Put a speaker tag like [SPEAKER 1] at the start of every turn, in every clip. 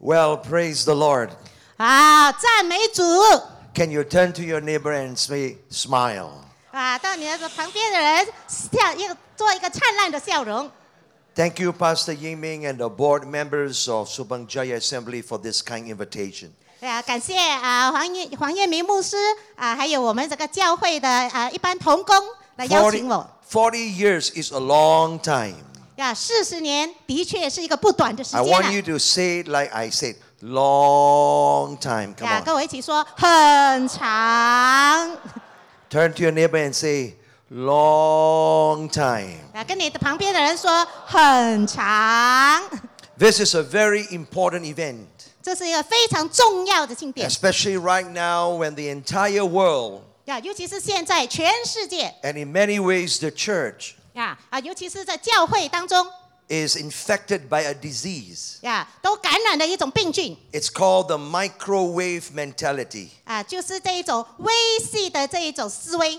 [SPEAKER 1] Well, praise the Lord.
[SPEAKER 2] 啊，赞美主
[SPEAKER 1] Can you turn to your neighbor and say, smile?
[SPEAKER 2] 啊！到你的旁边的人笑一个做一个灿烂的笑容
[SPEAKER 1] Thank you, Pastor Yiming and the board members of Subang Jaya Assembly for this kind invitation.
[SPEAKER 2] 啊！感谢啊黄月黄月明牧师啊，还有我们这个教会的啊一般童工来邀请我
[SPEAKER 1] 40 years is a long time.
[SPEAKER 2] 呀，四十年的确是一个不短的时
[SPEAKER 1] I
[SPEAKER 2] 间啊
[SPEAKER 1] want
[SPEAKER 2] 了
[SPEAKER 1] you。to say it like I said, long time. Come
[SPEAKER 2] 呀，跟
[SPEAKER 1] on.
[SPEAKER 2] 我一起说，很长。
[SPEAKER 1] Turn to your neighbor and say, long time.
[SPEAKER 2] 啊，跟你的旁边的人说，很长。
[SPEAKER 1] This is a very important event,
[SPEAKER 2] 这是一个非常重要的庆典
[SPEAKER 1] especially right now when the entire world
[SPEAKER 2] 呀，尤其是现在全世界
[SPEAKER 1] and in many ways the church
[SPEAKER 2] 呀啊，尤其是在教会当中
[SPEAKER 1] is infected by a disease.
[SPEAKER 2] 呀，都感染了一种病菌
[SPEAKER 1] It's called the microwave mentality.
[SPEAKER 2] 啊，就是这一种微细的这一种思维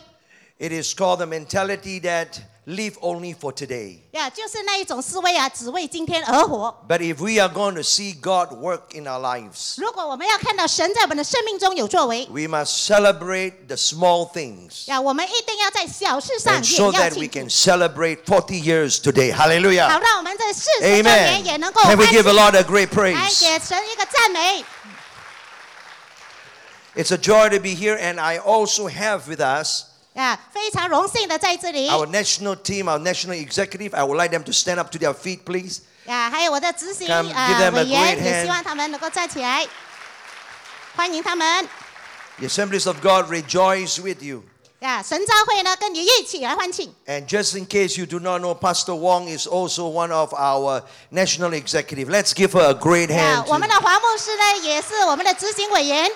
[SPEAKER 1] It is called the mentality that live only for today.
[SPEAKER 2] 呀，就是那一种思维啊，只为今天而活。
[SPEAKER 1] But if we are going to see God work in our lives,
[SPEAKER 2] 如果我们要看到神在我们的生命中有作为
[SPEAKER 1] we must celebrate the small things.
[SPEAKER 2] 呀，我们一定要在小事上
[SPEAKER 1] And so
[SPEAKER 2] 也要
[SPEAKER 1] that we
[SPEAKER 2] 庆祝
[SPEAKER 1] can。celebrate 40 years today.
[SPEAKER 2] 好，
[SPEAKER 1] Hallelujah.
[SPEAKER 2] 让我们在事实上面
[SPEAKER 1] Amen.
[SPEAKER 2] 也能够
[SPEAKER 1] Can
[SPEAKER 2] 欢
[SPEAKER 1] we give
[SPEAKER 2] 喜
[SPEAKER 1] the Lord a great
[SPEAKER 2] 来
[SPEAKER 1] praise?
[SPEAKER 2] 给神一个赞美。
[SPEAKER 1] It's a joy to be here, and I also have with us
[SPEAKER 2] 啊，非常荣幸的在这里
[SPEAKER 1] our national team, our national executive. I would like them to stand up to their feet, please.
[SPEAKER 2] 啊，还有我的执行
[SPEAKER 1] Come,
[SPEAKER 2] 啊
[SPEAKER 1] give them a
[SPEAKER 2] 委
[SPEAKER 1] great
[SPEAKER 2] 员，也
[SPEAKER 1] hand.
[SPEAKER 2] 希望他们能够站起来，欢迎他们。
[SPEAKER 1] The Assemblies of God rejoice with you.
[SPEAKER 2] 啊，神召会呢，跟你一起来欢庆。
[SPEAKER 1] And just in case you do not know, Pastor Wong is also one of our national executive. Let's give her a great
[SPEAKER 2] 啊
[SPEAKER 1] hand.，
[SPEAKER 2] 我们
[SPEAKER 1] too.
[SPEAKER 2] 的黄牧师呢，也是我们的执行委员。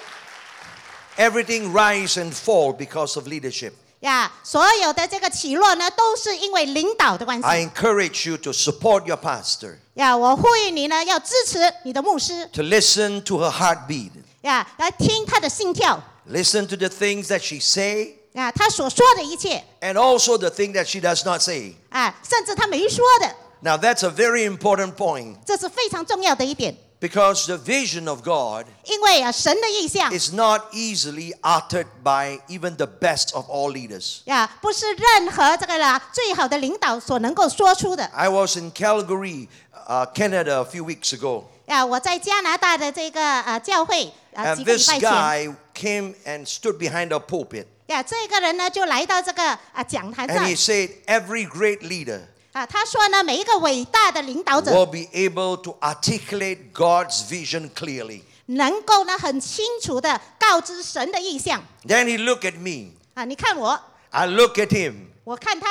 [SPEAKER 1] Everything rise and fall because of leadership.
[SPEAKER 2] 呀，所有的这个起落呢，都是因为领导的关
[SPEAKER 1] I
[SPEAKER 2] 系。
[SPEAKER 1] encourage you to support your pastor,
[SPEAKER 2] 呀，我呼吁你呢，要支持你的牧师。
[SPEAKER 1] to listen to her heartbeat,
[SPEAKER 2] 呀，来听他的心跳。
[SPEAKER 1] listen to the things that she say
[SPEAKER 2] 啊，他所说的一切，
[SPEAKER 1] and also the thing that she does not say.
[SPEAKER 2] 啊，甚至他没说的，
[SPEAKER 1] Now that's a very important point
[SPEAKER 2] 这是非常重要的一点。
[SPEAKER 1] because the vision of God
[SPEAKER 2] 因为啊，神的意向
[SPEAKER 1] is not easily uttered by even the best of all leaders.
[SPEAKER 2] 呀，不是任何这个啦最好的领导所能够说出的
[SPEAKER 1] I was in Calgary, uh, Canada a few weeks ago.
[SPEAKER 2] 呀。我在加拿大的这个呃教会呃
[SPEAKER 1] And
[SPEAKER 2] 几个礼
[SPEAKER 1] this
[SPEAKER 2] 拜前
[SPEAKER 1] guy came and stood behind a pulpit
[SPEAKER 2] 呀，这个人呢就来到这个啊讲坛
[SPEAKER 1] and he
[SPEAKER 2] 上
[SPEAKER 1] said, Every great leader
[SPEAKER 2] 啊，他说呢每一个伟大的领导
[SPEAKER 1] will
[SPEAKER 2] 者
[SPEAKER 1] be able to articulate God's vision clearly.
[SPEAKER 2] 能够呢很清楚的告知神的意向
[SPEAKER 1] Then he looked at me.
[SPEAKER 2] 啊。你看我，
[SPEAKER 1] I look at him.
[SPEAKER 2] 我看他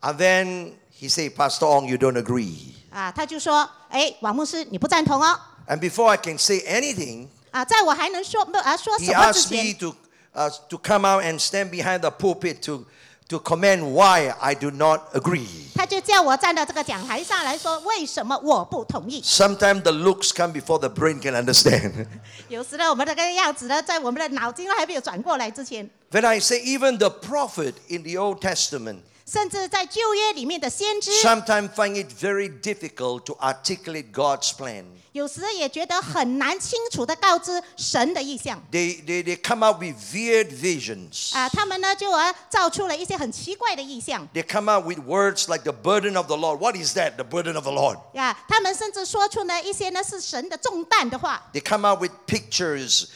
[SPEAKER 1] And then he said, Pastor Ong, you don't agree.
[SPEAKER 2] 啊，他就说，哎，王牧师你不赞同哦
[SPEAKER 1] And before I can say anything,
[SPEAKER 2] 啊，在我还能说不啊说
[SPEAKER 1] he
[SPEAKER 2] 什么之
[SPEAKER 1] asked me
[SPEAKER 2] 前
[SPEAKER 1] to, uh, to come out and stand behind the pulpit to, to comment why I do not agree.
[SPEAKER 2] 他就叫我站到这个讲台上来说，为什么我不同意？
[SPEAKER 1] Sometimes the looks come before the brain can understand.
[SPEAKER 2] 有时呢，我们这个样子呢，在我们的脑筋都还没有转过来之前，
[SPEAKER 1] When I say even the prophet in the Old Testament
[SPEAKER 2] 甚至在旧约里面的先知，
[SPEAKER 1] sometimes find it very difficult to articulate God's plan.
[SPEAKER 2] 有时也觉得很难清楚的告知神的意向
[SPEAKER 1] They, they, they come up with weird visions.
[SPEAKER 2] 啊、他们呢就呃造出了一些很奇怪的意向
[SPEAKER 1] They come up with words like the burden of the Lord. What is that, the burden of the Lord?
[SPEAKER 2] 呀、他们甚至说出呢一些呢是神的重担的话
[SPEAKER 1] They come up with pictures,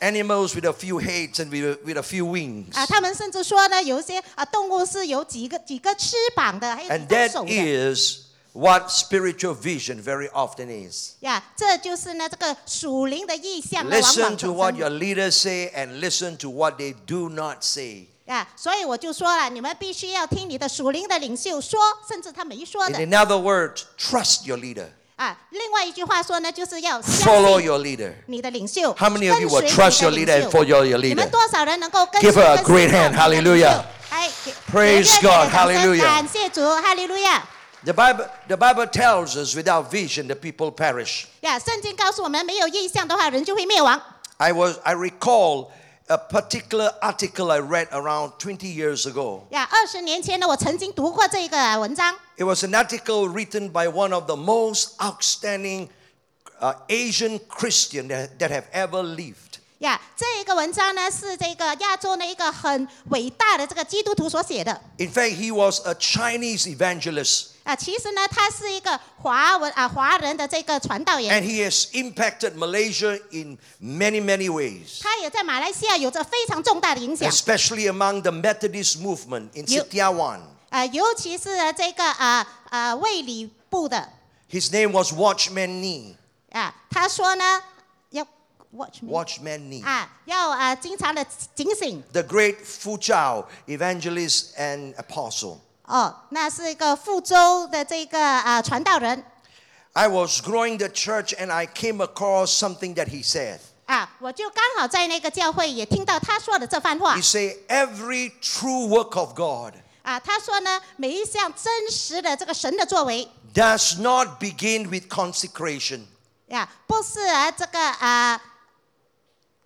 [SPEAKER 1] animals with a few heads and with a, with a few wings.
[SPEAKER 2] 啊、他们甚至说呢有一些啊、动物是有几个几个翅膀的，还有几
[SPEAKER 1] And
[SPEAKER 2] 个
[SPEAKER 1] that
[SPEAKER 2] 手的。
[SPEAKER 1] is what spiritual vision very often is.
[SPEAKER 2] 呀这就是呢这个属灵的意象呢，往
[SPEAKER 1] Listen
[SPEAKER 2] 往
[SPEAKER 1] to
[SPEAKER 2] 产
[SPEAKER 1] what
[SPEAKER 2] 生的
[SPEAKER 1] your leaders say and listen to what they do not say.
[SPEAKER 2] 呀。所以我就说了，你们必须要听你的属灵的领袖说，甚至他没说的
[SPEAKER 1] In。another word, trust your leader.
[SPEAKER 2] 啊，另外一句话说呢，就是要相
[SPEAKER 1] Follow
[SPEAKER 2] 信
[SPEAKER 1] your leader.
[SPEAKER 2] 你的领袖。
[SPEAKER 1] How
[SPEAKER 2] 跟
[SPEAKER 1] many
[SPEAKER 2] 随
[SPEAKER 1] of you
[SPEAKER 2] 你的
[SPEAKER 1] will
[SPEAKER 2] 领
[SPEAKER 1] trust your leader
[SPEAKER 2] 袖
[SPEAKER 1] and follow your
[SPEAKER 2] 你
[SPEAKER 1] leader?
[SPEAKER 2] 们多少人能够跟
[SPEAKER 1] Give
[SPEAKER 2] 随
[SPEAKER 1] her a
[SPEAKER 2] 跟随
[SPEAKER 1] great
[SPEAKER 2] 到
[SPEAKER 1] hand.
[SPEAKER 2] 你的领袖
[SPEAKER 1] Hallelujah.
[SPEAKER 2] 哎给
[SPEAKER 1] Praise
[SPEAKER 2] 给热烈
[SPEAKER 1] God.
[SPEAKER 2] 的掌声
[SPEAKER 1] Hallelujah.
[SPEAKER 2] 感谢主，哈利路亚！
[SPEAKER 1] The Bible, the Bible tells us without vision, the people perish.
[SPEAKER 2] 呀，圣经告诉我们，没有意向的话，人就会灭亡。
[SPEAKER 1] I, was, I recall a particular article I read around 20 years ago.
[SPEAKER 2] 呀，二十年前呢，我曾经读过这个文章，
[SPEAKER 1] It was an article written by one of the most outstanding uh, Asian Christian that, that have ever lived.
[SPEAKER 2] 呀这一个文章呢是这个亚洲的一个很伟大的这个基督徒所写的。
[SPEAKER 1] In fact, he was a Chinese evangelist
[SPEAKER 2] 啊，其实呢，他是一个华文啊华人的这个传道人，
[SPEAKER 1] and he has impacted Malaysia in many, many ways,
[SPEAKER 2] 他也在马来西亚有着非常重大的影响。
[SPEAKER 1] especially among the Methodist movement in
[SPEAKER 2] You-
[SPEAKER 1] Setiawan.
[SPEAKER 2] 呃，尤其是呃这个啊啊卫理部的
[SPEAKER 1] His name was Watchman Nee.
[SPEAKER 2] 啊，他说呢要 watch me
[SPEAKER 1] Watchman Nee.
[SPEAKER 2] 啊，要啊经常的警醒
[SPEAKER 1] The great Fu Chao, evangelist and apostle.
[SPEAKER 2] 哦。那是一个福州的这个啊传道人
[SPEAKER 1] I was growing the church and I came across something that he said.
[SPEAKER 2] 啊，我就刚好在那个教会也听到他说的这番话
[SPEAKER 1] He said, Every true work of God
[SPEAKER 2] 啊，他说呢每一项真实的这个神的作为
[SPEAKER 1] does not begin with consecration,
[SPEAKER 2] 呀、不是啊这个啊。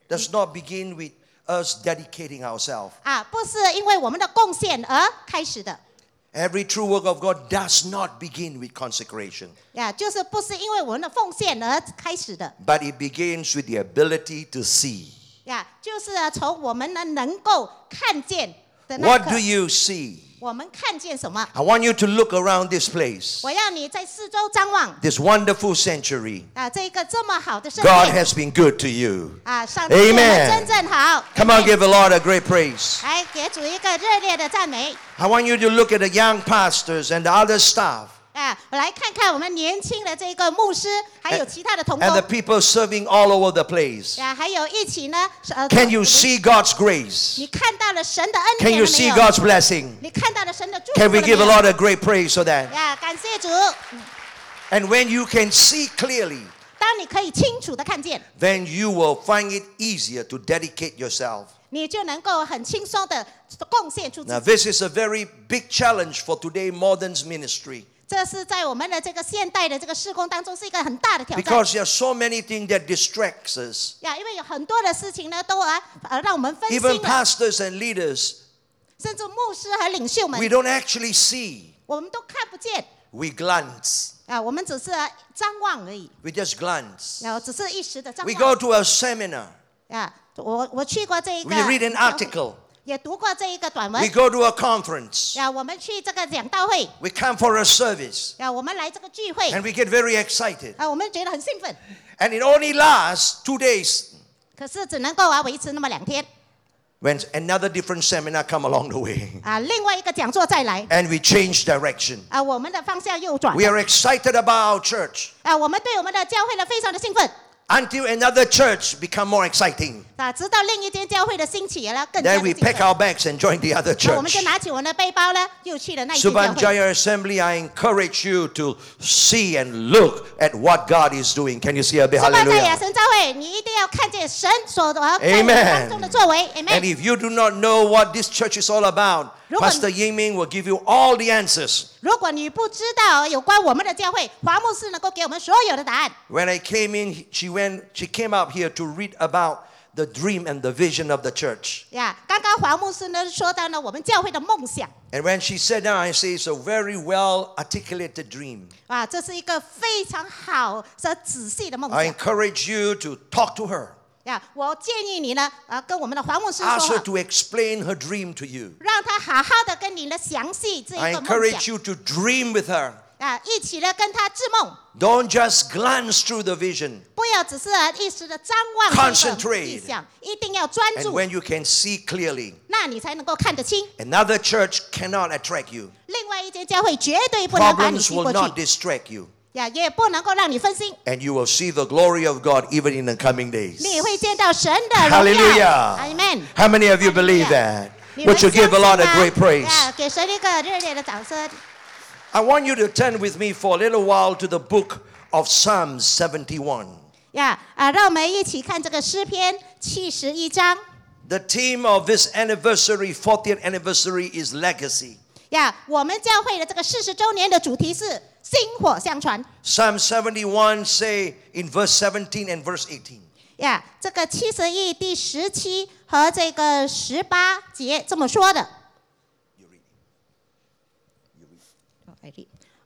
[SPEAKER 1] does not begin with us dedicating ourselves.
[SPEAKER 2] 啊，不是因为我们的贡献而开始的
[SPEAKER 1] Every true work of God does not begin with consecration,
[SPEAKER 2] 呀，就是不是因为我们的奉献而开始的
[SPEAKER 1] but it begins with the ability to see.
[SPEAKER 2] 呀，就是啊从我们呢能够看见的那一
[SPEAKER 1] What
[SPEAKER 2] 刻
[SPEAKER 1] do you see?
[SPEAKER 2] 我们看见什么？
[SPEAKER 1] I want you to look around this place,
[SPEAKER 2] 我要你在四周张望
[SPEAKER 1] this wonderful sanctuary.
[SPEAKER 2] 啊，这个这么好的圣
[SPEAKER 1] God
[SPEAKER 2] 殿
[SPEAKER 1] has been good to you.
[SPEAKER 2] 啊，上帝对我们
[SPEAKER 1] Amen
[SPEAKER 2] 真正好。
[SPEAKER 1] Come on,
[SPEAKER 2] Amen
[SPEAKER 1] give the Lord a great praise.
[SPEAKER 2] 来给主一个热烈的赞美
[SPEAKER 1] I want you to look at the young pastors and the other staff
[SPEAKER 2] 啊！我来看看我们年轻的这个牧师，还有
[SPEAKER 1] And-
[SPEAKER 2] 其他的同工
[SPEAKER 1] and the people serving all over the place.
[SPEAKER 2] 啊，还有一起呢。是呃
[SPEAKER 1] Can you see God's grace?
[SPEAKER 2] 你看到了神的恩
[SPEAKER 1] Can
[SPEAKER 2] 典
[SPEAKER 1] you
[SPEAKER 2] 了没
[SPEAKER 1] see
[SPEAKER 2] 有？
[SPEAKER 1] God's blessing?
[SPEAKER 2] 你看到了神的祝福
[SPEAKER 1] Can
[SPEAKER 2] 了没
[SPEAKER 1] we
[SPEAKER 2] 有？
[SPEAKER 1] give the Lord a great praise for that?
[SPEAKER 2] 呀，感谢主！
[SPEAKER 1] And when you can see clearly,
[SPEAKER 2] 当你可以清楚的看见，
[SPEAKER 1] then you will find it easier to dedicate yourself.
[SPEAKER 2] 你就能够很轻松的贡献出自
[SPEAKER 1] Now,
[SPEAKER 2] 己。
[SPEAKER 1] this is a very big challenge for today modern's ministry
[SPEAKER 2] 这是在我们的这个现代的这个施工当中是一个很大的挑战
[SPEAKER 1] because there are so many things that distracts us.
[SPEAKER 2] 呀，因为有很多的事情呢都啊呃让我们分心
[SPEAKER 1] Even
[SPEAKER 2] 了，
[SPEAKER 1] pastors and leaders,
[SPEAKER 2] 甚至牧师和领袖们
[SPEAKER 1] we，don't actually see.
[SPEAKER 2] 我们都看不见
[SPEAKER 1] We glance.
[SPEAKER 2] 啊，我们只是啊张望而已，
[SPEAKER 1] We just glance.
[SPEAKER 2] 然后只是一时的张
[SPEAKER 1] We
[SPEAKER 2] 望
[SPEAKER 1] go to a seminar.
[SPEAKER 2] 啊。我我去过这一个
[SPEAKER 1] We read an
[SPEAKER 2] 讲道会
[SPEAKER 1] article.
[SPEAKER 2] 也读过这一个短
[SPEAKER 1] We
[SPEAKER 2] 文
[SPEAKER 1] go to a conference.
[SPEAKER 2] 呀，我们去这个讲道会
[SPEAKER 1] We come for a service
[SPEAKER 2] 呀，我们来这个聚会
[SPEAKER 1] and we get very excited.
[SPEAKER 2] 啊，我们觉得很兴奋。
[SPEAKER 1] And it only lasts two days
[SPEAKER 2] 可是只能够啊维持那么两天
[SPEAKER 1] when another different seminar come along the way
[SPEAKER 2] 啊，另外一个讲座再来
[SPEAKER 1] and we change direction.
[SPEAKER 2] 啊，我们的方向右转
[SPEAKER 1] We are excited about our church
[SPEAKER 2] 啊，我们对我们的教会呢非常的兴奋
[SPEAKER 1] until another church become more exciting.
[SPEAKER 2] 啊，直到另一间教会的兴起了更加
[SPEAKER 1] Then
[SPEAKER 2] 的
[SPEAKER 1] we
[SPEAKER 2] 兴奋啊
[SPEAKER 1] pack，our bags and join the other
[SPEAKER 2] 那我们
[SPEAKER 1] church.
[SPEAKER 2] 就拿起我们的背包呢，又去了那一间教会
[SPEAKER 1] Subanjaya Assembly, I encourage you to see and look at what God is doing. Can you see a big
[SPEAKER 2] 苏巴在亚
[SPEAKER 1] hallelujah?
[SPEAKER 2] 神教会，你一定要看见神所呃在你
[SPEAKER 1] Amen
[SPEAKER 2] 当中的作为
[SPEAKER 1] And
[SPEAKER 2] ，Amen。
[SPEAKER 1] if you do not know what this church is all about,
[SPEAKER 2] 如果-
[SPEAKER 1] Pastor Yiming will give you all the answers.
[SPEAKER 2] 如果你不知道有关我们的教会，华牧师能够给我们所有的答案
[SPEAKER 1] When I came in, she went. She came up here to read about the dream and the vision of the church.
[SPEAKER 2] 呀。刚刚华牧师呢说到呢我们教会的梦想
[SPEAKER 1] And when she sat down, I say it's a very well articulated dream.
[SPEAKER 2] 啊，这是一个非常好和仔细的梦
[SPEAKER 1] I
[SPEAKER 2] 想。
[SPEAKER 1] encourage you to talk to her.
[SPEAKER 2] 呀，我建议你呢，呃，跟我们的黄牧师说
[SPEAKER 1] Ask her
[SPEAKER 2] 话，
[SPEAKER 1] to explain her dream to you.
[SPEAKER 2] 让他好好的跟你的详细这
[SPEAKER 1] I
[SPEAKER 2] 一个梦
[SPEAKER 1] encourage
[SPEAKER 2] 想
[SPEAKER 1] you to dream with her.
[SPEAKER 2] 啊，一起呢跟他制梦，
[SPEAKER 1] Don't just glance through the vision.
[SPEAKER 2] 不要只是呃一时的张望这个
[SPEAKER 1] Concentrate
[SPEAKER 2] 意向，一定要专
[SPEAKER 1] And
[SPEAKER 2] 注，
[SPEAKER 1] when you can see clearly,
[SPEAKER 2] 那你才能够看得清。
[SPEAKER 1] another church cannot attract you.
[SPEAKER 2] 另外一间教会绝对不能把你
[SPEAKER 1] Problems
[SPEAKER 2] 吸
[SPEAKER 1] will
[SPEAKER 2] 过
[SPEAKER 1] not
[SPEAKER 2] 去，
[SPEAKER 1] distract you.
[SPEAKER 2] 呀，也不能够让你分心，
[SPEAKER 1] And you will see the glory of God even in the coming days.
[SPEAKER 2] 你会见到神的荣耀。
[SPEAKER 1] Hallelujah.
[SPEAKER 2] Amen。
[SPEAKER 1] How many of you believe that?
[SPEAKER 2] Hallelujah. 你们
[SPEAKER 1] Would you
[SPEAKER 2] 相
[SPEAKER 1] give the
[SPEAKER 2] 信
[SPEAKER 1] Lord a
[SPEAKER 2] 吗
[SPEAKER 1] great praise?
[SPEAKER 2] 呀给神一个热烈的掌声。
[SPEAKER 1] I want you to turn with me for a little while to the book of Psalms 71.
[SPEAKER 2] 呀啊，让我们一起看这个诗篇七十一章。
[SPEAKER 1] The theme of this anniversary, 40th anniversary, is legacy.
[SPEAKER 2] 呀我们教会的这个四十周年的主题是薪火相传。
[SPEAKER 1] Psalm 71 say in verse 17 and verse 18.
[SPEAKER 2] 呀这个七十一第十七和这个十八节这么说的。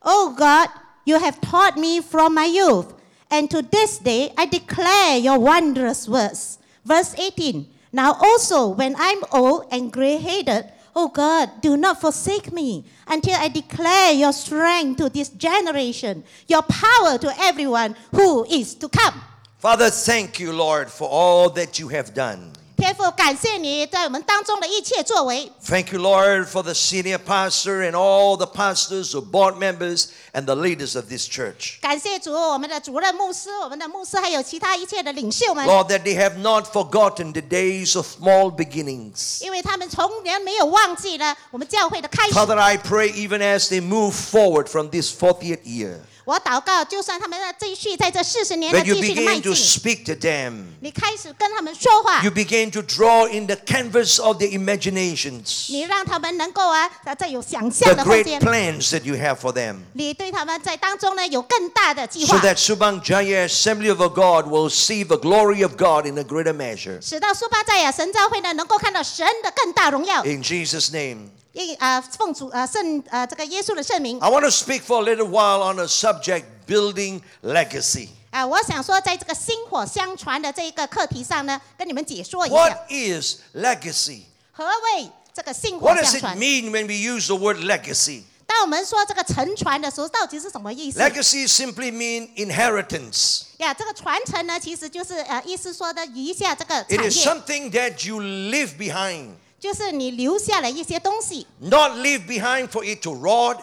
[SPEAKER 2] Oh God, you have taught me from my youth, And to this day I declare your wondrous works. Verse 18 Now also, when I'm old and gray headed, O God, do not forsake me until I declare your strength to this generation, your power to everyone who is to come.
[SPEAKER 1] Father, thank you, Lord, for all that you have done.
[SPEAKER 2] 天父，感谢你在我们当中的一切作为，
[SPEAKER 1] Thank you, Lord, for the senior pastor and all the pastors or board members and the leaders of this church.
[SPEAKER 2] 感谢主，我们的主任牧师、我们的牧师，还有其他一切的领袖们，
[SPEAKER 1] Lord, that they have not forgotten the days of small beginnings.
[SPEAKER 2] 因为他们从来没有忘记了我们教会的开始。
[SPEAKER 1] Father, I pray even as they move forward from this 40th year,
[SPEAKER 2] 我祷告，就算他们要继续在这四十年的
[SPEAKER 1] that you
[SPEAKER 2] 继续的迈
[SPEAKER 1] begin
[SPEAKER 2] 进
[SPEAKER 1] to，speak to them.
[SPEAKER 2] 你开始跟他们说话
[SPEAKER 1] You，begin to draw in the canvas of their imaginations
[SPEAKER 2] 你让他们能够啊，在这有想象
[SPEAKER 1] the
[SPEAKER 2] 的空
[SPEAKER 1] great
[SPEAKER 2] 间，
[SPEAKER 1] plans that you have for them.
[SPEAKER 2] 你对他们在当中呢有更大的计
[SPEAKER 1] So
[SPEAKER 2] 划，
[SPEAKER 1] that Subang Jaya Assembly of God will see the glory of God in a greater measure.
[SPEAKER 2] 使到苏巴寨亚神教会呢能够看到神的更大荣耀。
[SPEAKER 1] In Jesus' name.
[SPEAKER 2] 因啊，奉主啊圣啊这个耶稣的圣名。
[SPEAKER 1] I want to speak for a little while on a subject building legacy.
[SPEAKER 2] 啊，我想说，在这个薪火相传的这一个课题上呢，跟你们解说一下，
[SPEAKER 1] What is legacy?
[SPEAKER 2] 何谓这个薪火
[SPEAKER 1] What
[SPEAKER 2] 相
[SPEAKER 1] does
[SPEAKER 2] 传
[SPEAKER 1] it？mean when we use the word legacy?
[SPEAKER 2] 当我们说这个沉船的时候，到底是什么意思？
[SPEAKER 1] Legacy simply means inheritance.
[SPEAKER 2] 呀，这个传承呢，其实就是呃，意思说的遗下这个
[SPEAKER 1] It
[SPEAKER 2] 产
[SPEAKER 1] is
[SPEAKER 2] 业，
[SPEAKER 1] something that you leave behind,
[SPEAKER 2] 就是你留下了一些东西
[SPEAKER 1] not leave behind for it to rot,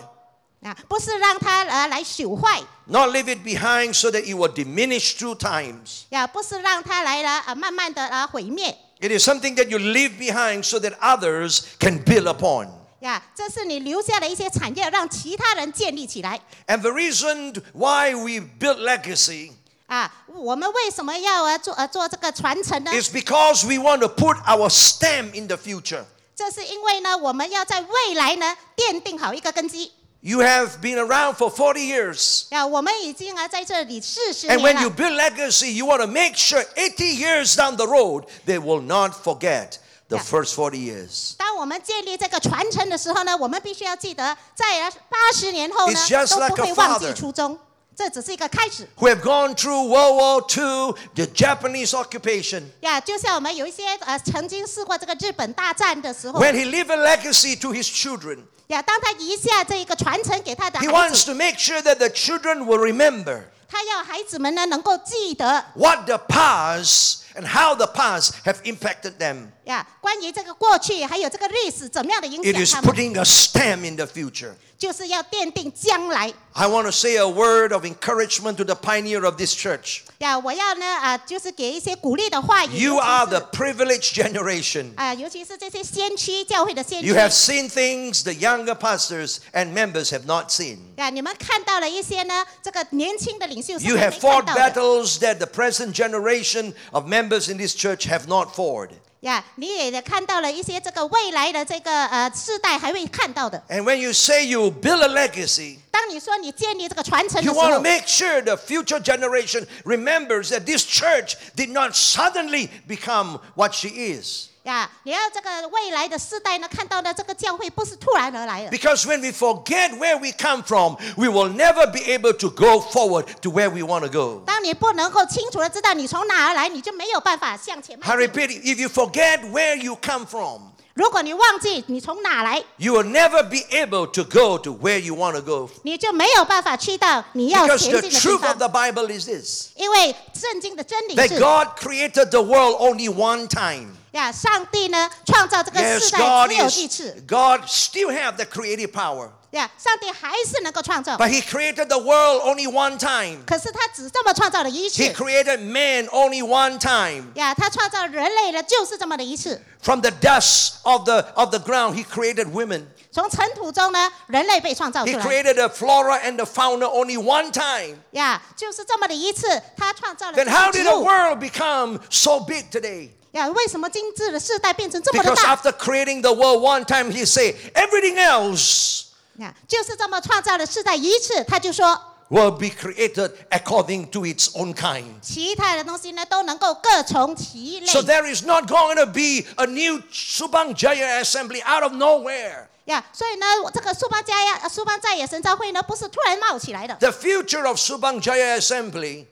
[SPEAKER 2] 啊，不是让它呃来朽坏
[SPEAKER 1] not leave it behind so that it will diminish through times.
[SPEAKER 2] 呀，不是让它来了呃慢慢的呃毁灭
[SPEAKER 1] It is something that you leave behind so that others can build upon.
[SPEAKER 2] 呀，这是你留下的一些产业，让其他人建立起来
[SPEAKER 1] And the reason why we build legacy
[SPEAKER 2] 啊。我们为什么要呃做呃做这个传承呢？
[SPEAKER 1] is because we want to put our stamp in the future.
[SPEAKER 2] 这是因为呢，我们要在未来呢奠定好一个根基。
[SPEAKER 1] You have been around for 40 years.
[SPEAKER 2] 啊，我们已经啊在这里四十
[SPEAKER 1] And
[SPEAKER 2] 年
[SPEAKER 1] when you
[SPEAKER 2] 了。
[SPEAKER 1] build legacy, you want to make sure 80 years down the road, they will not forget the
[SPEAKER 2] Yeah.
[SPEAKER 1] first 40 years.
[SPEAKER 2] 当我们建立这个传承的时候呢，我们必须要记得，在八十年后呢
[SPEAKER 1] It's just
[SPEAKER 2] 都
[SPEAKER 1] like a
[SPEAKER 2] 不会忘记
[SPEAKER 1] father.
[SPEAKER 2] 初衷。这只是一个开始
[SPEAKER 1] Who have gone through World War II, the Japanese occupation.
[SPEAKER 2] 呀。就像我们有一些呃曾经试过这个日本大战的时候
[SPEAKER 1] When he leave a legacy to his children,
[SPEAKER 2] 呀，当他遗下这一个传承给他的
[SPEAKER 1] he
[SPEAKER 2] 孩
[SPEAKER 1] wants
[SPEAKER 2] 子，
[SPEAKER 1] to make sure that the children will remember
[SPEAKER 2] 他要孩子们呢能够记得
[SPEAKER 1] what the past and how the past have impacted them.
[SPEAKER 2] 呀，关于这个过去还有这个历史怎么样的影
[SPEAKER 1] It is
[SPEAKER 2] 响他们，
[SPEAKER 1] putting a stamp in the future.
[SPEAKER 2] 就是要奠定将来。
[SPEAKER 1] I want to say a word of encouragement to the pioneer of this church.
[SPEAKER 2] 呀，我要呢啊，就是给一些鼓励的话语。
[SPEAKER 1] You
[SPEAKER 2] 尤其
[SPEAKER 1] are
[SPEAKER 2] 是
[SPEAKER 1] the privileged generation.
[SPEAKER 2] 啊、尤其是这些先驱教会的先驱
[SPEAKER 1] You have seen things the younger pastors and members have not seen.
[SPEAKER 2] 呀，你们看到了一些呢，这个年轻的领袖是
[SPEAKER 1] You
[SPEAKER 2] 还
[SPEAKER 1] have
[SPEAKER 2] 没看
[SPEAKER 1] fought
[SPEAKER 2] 到的
[SPEAKER 1] battles that the present generation of members in this church have not fought.
[SPEAKER 2] 呀，你也看到了一些这个未来的这个呃世代还会看到的。
[SPEAKER 1] And when you say you build a legacy,
[SPEAKER 2] 当你说你建立这个传承的
[SPEAKER 1] you
[SPEAKER 2] 时
[SPEAKER 1] want to
[SPEAKER 2] 候，
[SPEAKER 1] make sure the future generation remembers that this church did not suddenly become what she is.
[SPEAKER 2] 呀，你要这个未来的世代呢看到呢，这个教会不是突然而来的。
[SPEAKER 1] Because when we forget where we come from, we will never be able to go forward to where we want to go.
[SPEAKER 2] 当你不能够清楚的知道你从哪而来，你就没有办法向前迈
[SPEAKER 1] I
[SPEAKER 2] 进。
[SPEAKER 1] repeat, if you forget where you come from,
[SPEAKER 2] 如果你忘记你从哪来，
[SPEAKER 1] you will never be able to go to where you want to go.
[SPEAKER 2] 你就没有办法去到你要
[SPEAKER 1] Because the
[SPEAKER 2] 前进的地
[SPEAKER 1] truth
[SPEAKER 2] 方
[SPEAKER 1] of。the Bible is this
[SPEAKER 2] 因为圣经的真理
[SPEAKER 1] that
[SPEAKER 2] 是
[SPEAKER 1] God created the world only one time.
[SPEAKER 2] 呀，上帝呢创造这个
[SPEAKER 1] Yes,
[SPEAKER 2] 世代
[SPEAKER 1] God
[SPEAKER 2] 只有一
[SPEAKER 1] is
[SPEAKER 2] 次
[SPEAKER 1] God still have the creative power.
[SPEAKER 2] 呀，上帝还是能够创造，
[SPEAKER 1] But he created the world only one time.
[SPEAKER 2] 可是他只这么创造了一次
[SPEAKER 1] He created man only one time.
[SPEAKER 2] 呀，他创造人类呢就是这么的一次，
[SPEAKER 1] From the dust of the of the ground he created women.
[SPEAKER 2] 从尘土中呢人类被创造
[SPEAKER 1] He
[SPEAKER 2] 出来
[SPEAKER 1] created the flora and the fauna only one time.
[SPEAKER 2] 呀，就是这么的一次，他创造了
[SPEAKER 1] Then how
[SPEAKER 2] 这
[SPEAKER 1] did
[SPEAKER 2] 个
[SPEAKER 1] the
[SPEAKER 2] 物
[SPEAKER 1] world become so big today?
[SPEAKER 2] 呀，为什么今日的世代变成这么的
[SPEAKER 1] Because
[SPEAKER 2] 大
[SPEAKER 1] after creating the world one time, he said, everything else
[SPEAKER 2] 呀？就是这么创造了世代一次，他就说
[SPEAKER 1] will be created according to its own kind.
[SPEAKER 2] 其他的东西呢都能够各从其类
[SPEAKER 1] So there is not going to be a new Subang Jaya assembly out of nowhere.
[SPEAKER 2] 呀，所以呢，我这个苏巴加呀，苏巴在野神召会呢不是突然冒起来的。
[SPEAKER 1] The future of Subang Jaya assembly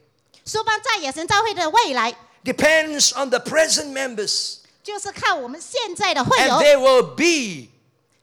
[SPEAKER 2] 苏邦在野神召会的未来，
[SPEAKER 1] depends on the present members,
[SPEAKER 2] 就是看我们现在的会
[SPEAKER 1] and
[SPEAKER 2] 友，
[SPEAKER 1] they will be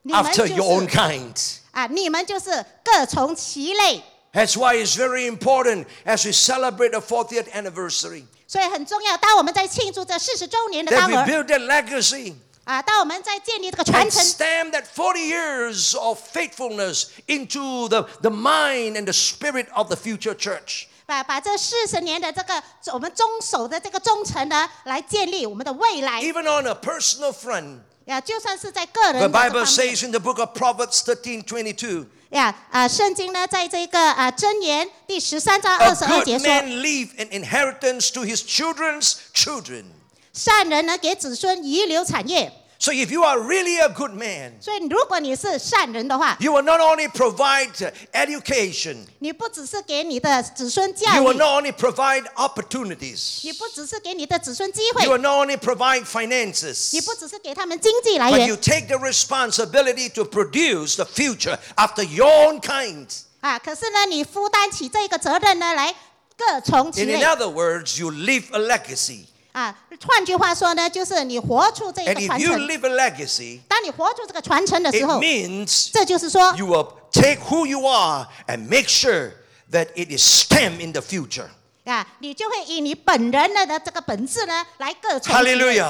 [SPEAKER 2] 你们
[SPEAKER 1] after
[SPEAKER 2] 就
[SPEAKER 1] your own
[SPEAKER 2] 是
[SPEAKER 1] kind.
[SPEAKER 2] 啊，你们就是各从其类，
[SPEAKER 1] That's why it's very important as we celebrate the 40th anniversary
[SPEAKER 2] 所以很重要。当我们在庆祝这四十周年的
[SPEAKER 1] that
[SPEAKER 2] 当
[SPEAKER 1] we
[SPEAKER 2] 儿
[SPEAKER 1] build that legacy
[SPEAKER 2] 啊，当我们在建立这个传
[SPEAKER 1] and
[SPEAKER 2] 承
[SPEAKER 1] stamp that 40 years of faithfulness into the, the mind and the spirit of the future church.
[SPEAKER 2] 把把这四十年的这个我们中守的这个忠诚呢，来建立我们的未来。
[SPEAKER 1] Even on a personal front,
[SPEAKER 2] 呀，就算是在个人
[SPEAKER 1] the
[SPEAKER 2] 的这
[SPEAKER 1] Bible
[SPEAKER 2] 方面
[SPEAKER 1] says in the book of Proverbs 13 22,
[SPEAKER 2] 呀啊，圣经呢，在这个啊箴言第十三章二
[SPEAKER 1] a
[SPEAKER 2] 十二节
[SPEAKER 1] good
[SPEAKER 2] 说，
[SPEAKER 1] man leave an inheritance to his children's children.
[SPEAKER 2] 善人呢给子孙遗留产业。
[SPEAKER 1] So if you are really a good man,
[SPEAKER 2] 所以，如果你是善人的话，
[SPEAKER 1] you will not only provide education,
[SPEAKER 2] 你不只是给你的子孙教
[SPEAKER 1] you will
[SPEAKER 2] 育，
[SPEAKER 1] not only provide opportunities,
[SPEAKER 2] 你不只是给你的子孙机
[SPEAKER 1] you will
[SPEAKER 2] 会，
[SPEAKER 1] not only provide finances,
[SPEAKER 2] 你不只是给他们经济来
[SPEAKER 1] but you
[SPEAKER 2] 源
[SPEAKER 1] take the responsibility to produce the future after your own kind.
[SPEAKER 2] 啊，可是呢，你负担起这个责任呢，来各从其
[SPEAKER 1] In,
[SPEAKER 2] 类
[SPEAKER 1] in other words, you leave a legacy.
[SPEAKER 2] 啊。换句话说呢，就是你活出这个
[SPEAKER 1] And
[SPEAKER 2] 传
[SPEAKER 1] if you
[SPEAKER 2] 承。
[SPEAKER 1] leave a legacy,
[SPEAKER 2] 当你活出这个传承的时
[SPEAKER 1] it
[SPEAKER 2] 候，
[SPEAKER 1] means
[SPEAKER 2] 这就是说，
[SPEAKER 1] you will take who you are and make sure that it is stamped in the future.
[SPEAKER 2] 啊，你就会以你本人的这个本质呢，来各从其类
[SPEAKER 1] Hallelujah.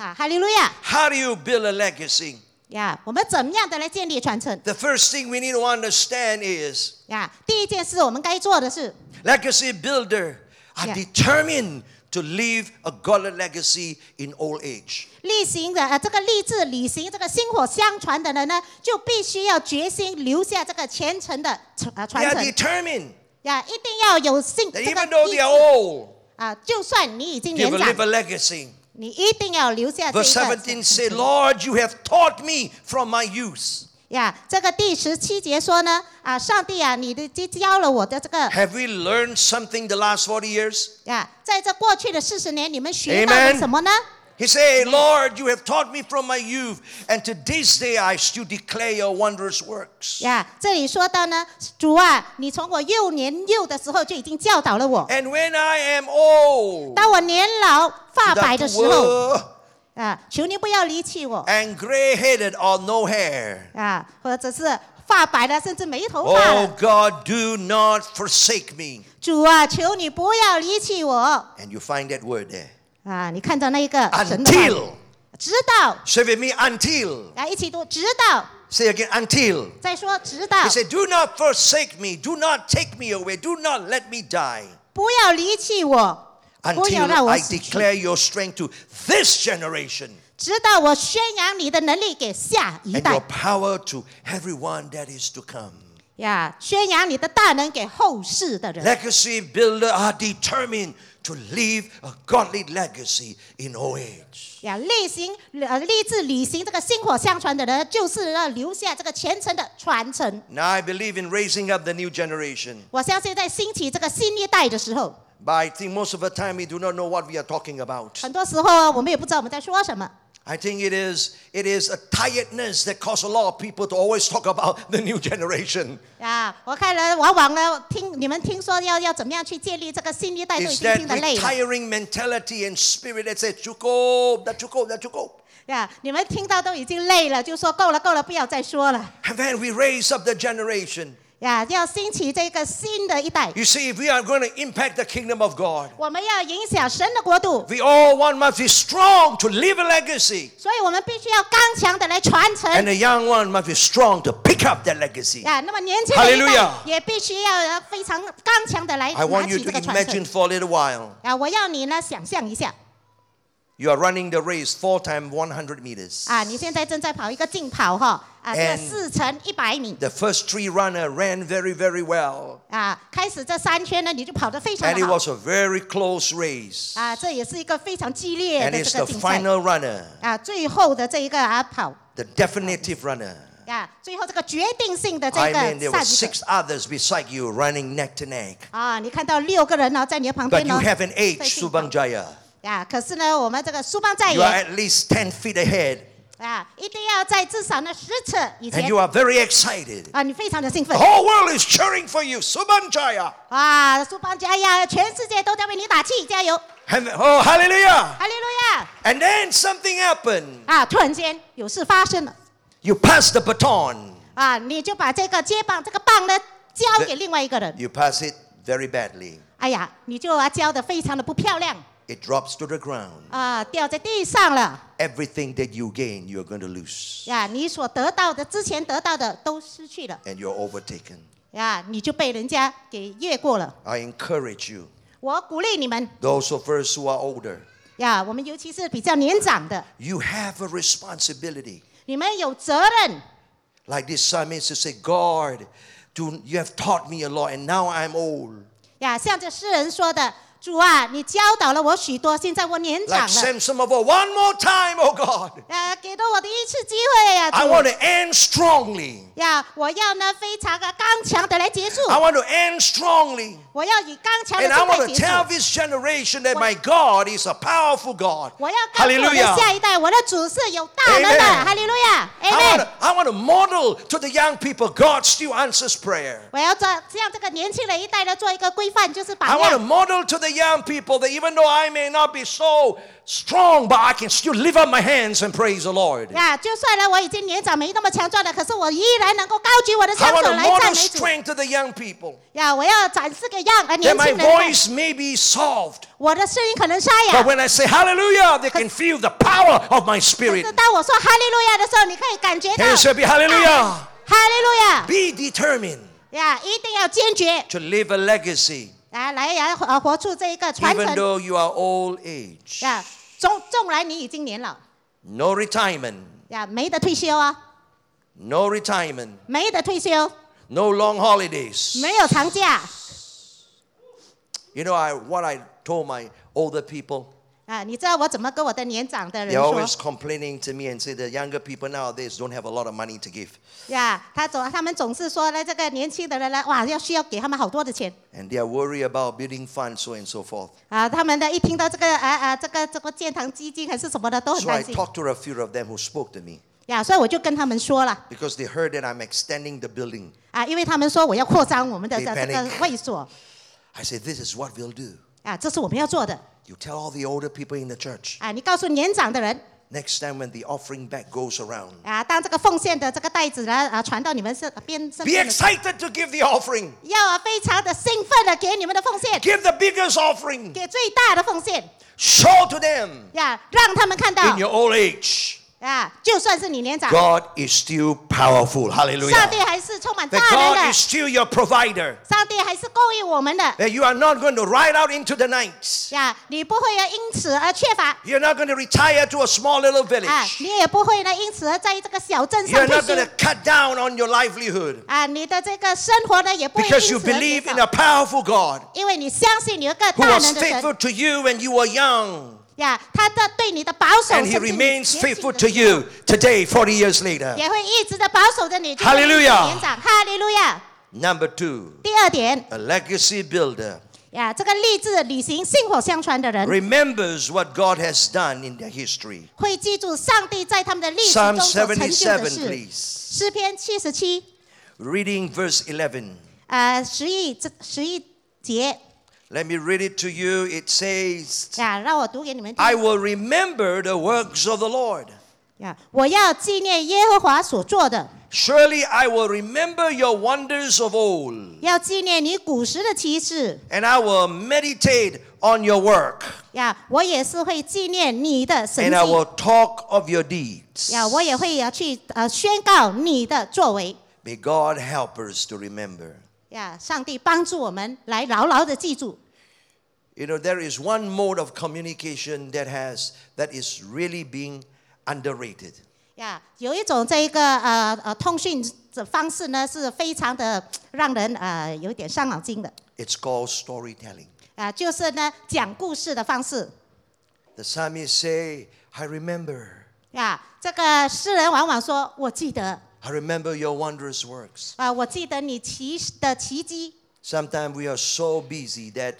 [SPEAKER 2] 啊，哈利路亚
[SPEAKER 1] How do you build a legacy?
[SPEAKER 2] 呀！我们怎么样的来建立传承
[SPEAKER 1] The first thing we need to understand is
[SPEAKER 2] 呀？第一件事我们该做的是
[SPEAKER 1] legacy builder are
[SPEAKER 2] Yeah.
[SPEAKER 1] determined to leave a godly legacy in old age.
[SPEAKER 2] 例行的呃这个立志履行这个薪火相传的人呢，就必须要决心留下这个虔诚的传呃
[SPEAKER 1] They
[SPEAKER 2] 传
[SPEAKER 1] are
[SPEAKER 2] 承
[SPEAKER 1] determined
[SPEAKER 2] 呀，一定要有信这
[SPEAKER 1] that
[SPEAKER 2] 个
[SPEAKER 1] even though
[SPEAKER 2] 意
[SPEAKER 1] they
[SPEAKER 2] 志
[SPEAKER 1] are old,
[SPEAKER 2] 啊，就算你已经
[SPEAKER 1] they
[SPEAKER 2] 年
[SPEAKER 1] will
[SPEAKER 2] 长
[SPEAKER 1] leave，a legacy.
[SPEAKER 2] 你一定要留下这
[SPEAKER 1] Verse
[SPEAKER 2] 个
[SPEAKER 1] 17 says, Lord, you have taught me from my youth.
[SPEAKER 2] 呀。这个第十七节说呢啊，上帝啊，你的教了我的这 个
[SPEAKER 1] Have we learned something the last 40 years?
[SPEAKER 2] 呀，在这过去的四十年，你们学到了
[SPEAKER 1] Amen
[SPEAKER 2] 什么呢？
[SPEAKER 1] He said, Lord, you have taught me from my youth, and to this day I still declare your wondrous works.
[SPEAKER 2] 呀，这里说到呢，主啊，你从我幼年幼的时候就已经教导了我。
[SPEAKER 1] And when I am old,
[SPEAKER 2] 当我年老发白
[SPEAKER 1] the
[SPEAKER 2] 的时候，
[SPEAKER 1] world
[SPEAKER 2] 啊，求你不要离弃我
[SPEAKER 1] and gray headed or no hair.
[SPEAKER 2] 啊，或者是发白了，甚至没头发
[SPEAKER 1] Oh
[SPEAKER 2] 了。
[SPEAKER 1] God, do not forsake me.
[SPEAKER 2] 主啊，求你不要离弃我
[SPEAKER 1] And you find that word there.
[SPEAKER 2] 啊！你看到那一个神的话
[SPEAKER 1] Until.
[SPEAKER 2] 直到
[SPEAKER 1] Say with me, until.
[SPEAKER 2] 啊，一起读，直到
[SPEAKER 1] Say again, until.
[SPEAKER 2] 再说直到
[SPEAKER 1] He，said, Do not forsake me. Do not take me away. Do not let me die
[SPEAKER 2] 不要离弃我，不要
[SPEAKER 1] until
[SPEAKER 2] 让我
[SPEAKER 1] I
[SPEAKER 2] 死去，
[SPEAKER 1] declare your strength to this generation
[SPEAKER 2] 直到我宣扬你的能力给下一
[SPEAKER 1] and your
[SPEAKER 2] 代。
[SPEAKER 1] power to everyone that is to come.
[SPEAKER 2] 呀宣扬你的大能给后世的人。
[SPEAKER 1] Legacy builder are determined to leave a godly legacy in old age.
[SPEAKER 2] 呀，例行呃立志履行这个薪火相传的人，就是要留下这个虔诚的传承。
[SPEAKER 1] Now I believe in raising up the new generation,
[SPEAKER 2] 我相信在兴起这个新一代的时候，
[SPEAKER 1] but I think most of the time we do not know what we are talking about.
[SPEAKER 2] 很多时候我们也不知道我们在说什么。
[SPEAKER 1] I think it is it is a tiredness that caused a lot of people to always talk about the new generation.
[SPEAKER 2] 呀，我看了，往往呢，听你们听说要要怎么样去建立这个新一代，都已
[SPEAKER 1] It's
[SPEAKER 2] 经
[SPEAKER 1] that
[SPEAKER 2] 听得累了。
[SPEAKER 1] retiring mentality and spirit that said, you go, that you go, that you go.
[SPEAKER 2] 呀，你们听到都已经累了，就说够了，够了，不要再说了。
[SPEAKER 1] And then we raise up the generation.
[SPEAKER 2] 呀，要兴起这个新的一代，
[SPEAKER 1] You see, if we are going to impact the kingdom of God,
[SPEAKER 2] 我们要影响神的国度，
[SPEAKER 1] we all one must be strong to leave a legacy.
[SPEAKER 2] 所以我们必须要刚强的来传承。
[SPEAKER 1] And the young one must be strong to pick up that legacy.
[SPEAKER 2] 呀，啊那么年轻的一
[SPEAKER 1] Hallelujah
[SPEAKER 2] 代也必须要呃非常刚强的来
[SPEAKER 1] I
[SPEAKER 2] 拿
[SPEAKER 1] want you
[SPEAKER 2] 起这
[SPEAKER 1] to
[SPEAKER 2] 个传承
[SPEAKER 1] imagine。for a little while.
[SPEAKER 2] 啊，我要你呢想象一下，
[SPEAKER 1] You are running the race four times 100 meters.
[SPEAKER 2] 啊，你现在正在跑一个竞跑哈，啊，这
[SPEAKER 1] And-
[SPEAKER 2] 四乘一百米，
[SPEAKER 1] The first three runner ran very, very well.
[SPEAKER 2] 啊，开始这三圈呢你就跑得非常
[SPEAKER 1] And it
[SPEAKER 2] 的好，
[SPEAKER 1] was a very close race.
[SPEAKER 2] 啊，这也是一个非常激烈
[SPEAKER 1] And
[SPEAKER 2] 的
[SPEAKER 1] it's
[SPEAKER 2] 这个
[SPEAKER 1] the
[SPEAKER 2] 竞赛，
[SPEAKER 1] final runner,
[SPEAKER 2] 啊，最后的这一个啊跑，
[SPEAKER 1] the definitive runner.
[SPEAKER 2] 啊，最后这个决定性的这
[SPEAKER 1] I
[SPEAKER 2] 个
[SPEAKER 1] mean, there were
[SPEAKER 2] 赛
[SPEAKER 1] six
[SPEAKER 2] 制，
[SPEAKER 1] others beside you running neck to neck.
[SPEAKER 2] 啊，你看到六个人呢在你的旁
[SPEAKER 1] But
[SPEAKER 2] 边
[SPEAKER 1] you
[SPEAKER 2] 呢，
[SPEAKER 1] have an edge,
[SPEAKER 2] 在竞
[SPEAKER 1] Subang Jaya.
[SPEAKER 2] 呀，可是呢我们这个苏邦在
[SPEAKER 1] You are
[SPEAKER 2] 野
[SPEAKER 1] at least 10 feet ahead
[SPEAKER 2] 啊，一定要在至少那十次以
[SPEAKER 1] and
[SPEAKER 2] 前
[SPEAKER 1] you are very excited.
[SPEAKER 2] 啊，你非常的兴
[SPEAKER 1] The
[SPEAKER 2] 奋
[SPEAKER 1] whole world is cheering for you. Subanjaya.
[SPEAKER 2] 啊，苏邦加呀，全世界都在为你打气，加油，
[SPEAKER 1] And oh, hallelujah.
[SPEAKER 2] 哈利路亚
[SPEAKER 1] And then something happened.
[SPEAKER 2] 啊！突然间有事发生了
[SPEAKER 1] You pass the baton.
[SPEAKER 2] 啊，你就把这个接棒这个棒呢交给另外一个人，
[SPEAKER 1] You pass it very badly.
[SPEAKER 2] 哎呀，你就啊交的非常的不漂亮
[SPEAKER 1] It drops to the ground.
[SPEAKER 2] 啊，掉在地上了
[SPEAKER 1] Everything that you gain, you're going to lose.
[SPEAKER 2] 呀，你所得到的之前得到的都失去了
[SPEAKER 1] And you're overtaken.
[SPEAKER 2] 呀，你就被人家给越过了。
[SPEAKER 1] I encourage you,
[SPEAKER 2] 我鼓励你们
[SPEAKER 1] those of us who are older,
[SPEAKER 2] 呀，我们尤其是比较年长的，
[SPEAKER 1] you have a responsibility.
[SPEAKER 2] 你们有责任
[SPEAKER 1] Like this psalmist means to say, God, do, you have taught me a lot and now I'm old.
[SPEAKER 2] 呀，像这诗人说的，主啊，你教导了我许多，现在我年长
[SPEAKER 1] Like
[SPEAKER 2] 了，
[SPEAKER 1] Samson of old, one more time, oh God.
[SPEAKER 2] 呃，给了我的一次机会呀、
[SPEAKER 1] I
[SPEAKER 2] 主
[SPEAKER 1] want to end strongly.
[SPEAKER 2] 呀，我要呢非常的刚强的来结束，
[SPEAKER 1] I want to end strongly.
[SPEAKER 2] 我要以刚强的
[SPEAKER 1] And I
[SPEAKER 2] 心态
[SPEAKER 1] want
[SPEAKER 2] 结
[SPEAKER 1] to
[SPEAKER 2] 束。
[SPEAKER 1] tell this generation that my God is a powerful God.
[SPEAKER 2] 我要告诉我的
[SPEAKER 1] Hallelujah.
[SPEAKER 2] 下一代，我的主是有大能的，
[SPEAKER 1] Amen.
[SPEAKER 2] 哈利路亚
[SPEAKER 1] I want
[SPEAKER 2] ，Amen
[SPEAKER 1] to。I want to model to the young people God still answers prayer.
[SPEAKER 2] 我要做向这个年轻的一代呢做一个规范，就是榜
[SPEAKER 1] I want to
[SPEAKER 2] 样。
[SPEAKER 1] model to the young people that even though I may not be so strong, but I can still lift up my hands and praise the Lord.
[SPEAKER 2] 呀，就算呢我已经年长没那么强壮了，可是我依然能够高举我的双
[SPEAKER 1] I
[SPEAKER 2] 手
[SPEAKER 1] want to
[SPEAKER 2] 来赞
[SPEAKER 1] model
[SPEAKER 2] 美主。
[SPEAKER 1] strength to the young people
[SPEAKER 2] 呀，我要展示个样，而
[SPEAKER 1] that
[SPEAKER 2] 年
[SPEAKER 1] my
[SPEAKER 2] 轻人呢，
[SPEAKER 1] voice may be soft,
[SPEAKER 2] 我的声音可能沙
[SPEAKER 1] but
[SPEAKER 2] 哑，
[SPEAKER 1] when I say hallelujah, they can feel the power of my
[SPEAKER 2] 可
[SPEAKER 1] spirit.
[SPEAKER 2] 是当我说哈利路亚的时候，你可以感觉到
[SPEAKER 1] Can you say
[SPEAKER 2] 哈
[SPEAKER 1] be
[SPEAKER 2] Ah.
[SPEAKER 1] hallelujah?
[SPEAKER 2] 利路亚
[SPEAKER 1] Be determined
[SPEAKER 2] 呀，一定要坚决
[SPEAKER 1] to live a legacy
[SPEAKER 2] 来来呀，呃，活出这一个传
[SPEAKER 1] even
[SPEAKER 2] 承
[SPEAKER 1] though you are old age.
[SPEAKER 2] 呀。纵纵然你已经年老
[SPEAKER 1] No retirement,
[SPEAKER 2] 呀，没得退休啊，
[SPEAKER 1] no retirement,
[SPEAKER 2] 没得退休，
[SPEAKER 1] no long holidays.
[SPEAKER 2] 没有长假
[SPEAKER 1] You know I, what I told my older people?
[SPEAKER 2] 啊。你知道我怎么跟我的年长的人
[SPEAKER 1] They're
[SPEAKER 2] 说
[SPEAKER 1] always complaining to me and say the younger people nowadays don't have a lot of money to give.
[SPEAKER 2] 呀？他总他们总是说呢，这个年轻的人呢，哇，要需要给他们好多的钱
[SPEAKER 1] And they are worried about building funds, so and so forth.
[SPEAKER 2] 啊。他们的一听到这个啊啊，这个这个建堂基金还是什么的，都很
[SPEAKER 1] So I
[SPEAKER 2] 担心
[SPEAKER 1] talked to a few of them who spoke to me
[SPEAKER 2] 呀。所以我就跟他们说了。
[SPEAKER 1] because they heard that I'm extending the building.
[SPEAKER 2] 啊，因为他们说我要扩张我们的
[SPEAKER 1] They
[SPEAKER 2] 这这个
[SPEAKER 1] panic.
[SPEAKER 2] 会所
[SPEAKER 1] I said, This is what we'll do.
[SPEAKER 2] 啊，这是我们要做的
[SPEAKER 1] You tell all the older people in the church
[SPEAKER 2] 啊。你告诉年长的人
[SPEAKER 1] next time when the offering bag goes around,
[SPEAKER 2] 啊，当这个奉献的这个袋子呢啊传到你们身边身
[SPEAKER 1] be
[SPEAKER 2] 边的时候，
[SPEAKER 1] excited to give the offering.
[SPEAKER 2] 要啊非常的兴奋的给你们的奉献，
[SPEAKER 1] Give the biggest offering.
[SPEAKER 2] 给最大的奉献
[SPEAKER 1] Show to them
[SPEAKER 2] 呀，让他们看到
[SPEAKER 1] in your old age.
[SPEAKER 2] 啊，就算是你年长，
[SPEAKER 1] God is still powerful.
[SPEAKER 2] 上帝
[SPEAKER 1] Hallelujah.
[SPEAKER 2] 还是充满大
[SPEAKER 1] That
[SPEAKER 2] 能
[SPEAKER 1] God
[SPEAKER 2] 的
[SPEAKER 1] is，still your provider.
[SPEAKER 2] 上帝还是供应我们的
[SPEAKER 1] That you are not going to ride out into the night.
[SPEAKER 2] 呀，你不会啊因此而缺乏
[SPEAKER 1] You're not going to retire to a small little
[SPEAKER 2] 啊，
[SPEAKER 1] village.
[SPEAKER 2] 你也不会呢因此而在这个小镇上
[SPEAKER 1] You're
[SPEAKER 2] 退
[SPEAKER 1] not
[SPEAKER 2] 休
[SPEAKER 1] going to cut down on your livelihood
[SPEAKER 2] 啊，你的这个生活呢也不会因
[SPEAKER 1] because
[SPEAKER 2] 此
[SPEAKER 1] you
[SPEAKER 2] 而减
[SPEAKER 1] believe
[SPEAKER 2] 少
[SPEAKER 1] in a powerful God
[SPEAKER 2] 因为你相信你有个
[SPEAKER 1] who
[SPEAKER 2] 大
[SPEAKER 1] was
[SPEAKER 2] 能的神
[SPEAKER 1] faithful to you when you were young
[SPEAKER 2] 呀，他的对你的保守
[SPEAKER 1] and
[SPEAKER 2] 是
[SPEAKER 1] He
[SPEAKER 2] 对你
[SPEAKER 1] remains
[SPEAKER 2] 年轻的
[SPEAKER 1] faithful to you today, 40 years later.
[SPEAKER 2] 也会一直的保守着你。就
[SPEAKER 1] Hallelujah
[SPEAKER 2] 年长，哈利路亚。
[SPEAKER 1] Number two,
[SPEAKER 2] 第二点
[SPEAKER 1] a legacy builder
[SPEAKER 2] 呀，这个立志履行薪火相传的人，
[SPEAKER 1] remembers what God has done in their history.
[SPEAKER 2] 会记住上帝在他们的历史
[SPEAKER 1] Psalm
[SPEAKER 2] 中所成就
[SPEAKER 1] 77,
[SPEAKER 2] 的事。
[SPEAKER 1] please.
[SPEAKER 2] 诗篇七十七，
[SPEAKER 1] Reading verse 11.
[SPEAKER 2] 呃，十一这十一节
[SPEAKER 1] Let me read it to you. It says,
[SPEAKER 2] 呀，让我读给你们
[SPEAKER 1] I
[SPEAKER 2] 听
[SPEAKER 1] will remember the works of the Lord.
[SPEAKER 2] 呀。我要纪念耶和华所做的，
[SPEAKER 1] Surely I will remember your wonders of old,
[SPEAKER 2] 要纪念你古时的奇事
[SPEAKER 1] and I will meditate on your work,
[SPEAKER 2] 呀。我也是会纪念你的神
[SPEAKER 1] and I
[SPEAKER 2] 迹。
[SPEAKER 1] will talk of your deeds.
[SPEAKER 2] 呀，我也会要去呃宣告你的作为。
[SPEAKER 1] May God help us to remember.
[SPEAKER 2] 呀，上帝帮助我们来牢牢的记住。
[SPEAKER 1] You know, there is one mode of communication that has that is really being underrated.
[SPEAKER 2] 呀，有一种这一个呃呃通讯的方式呢，是非常的让人呃有一点伤脑筋的。
[SPEAKER 1] It's called storytelling.
[SPEAKER 2] 啊、就是呢讲故事的方式。
[SPEAKER 1] The psalmist say, I remember.
[SPEAKER 2] 呀，这个诗人往往说：“我记得，啊、
[SPEAKER 1] I remember your wondrous works.
[SPEAKER 2] 我记得你奇的奇迹。
[SPEAKER 1] Sometimes we are so busy that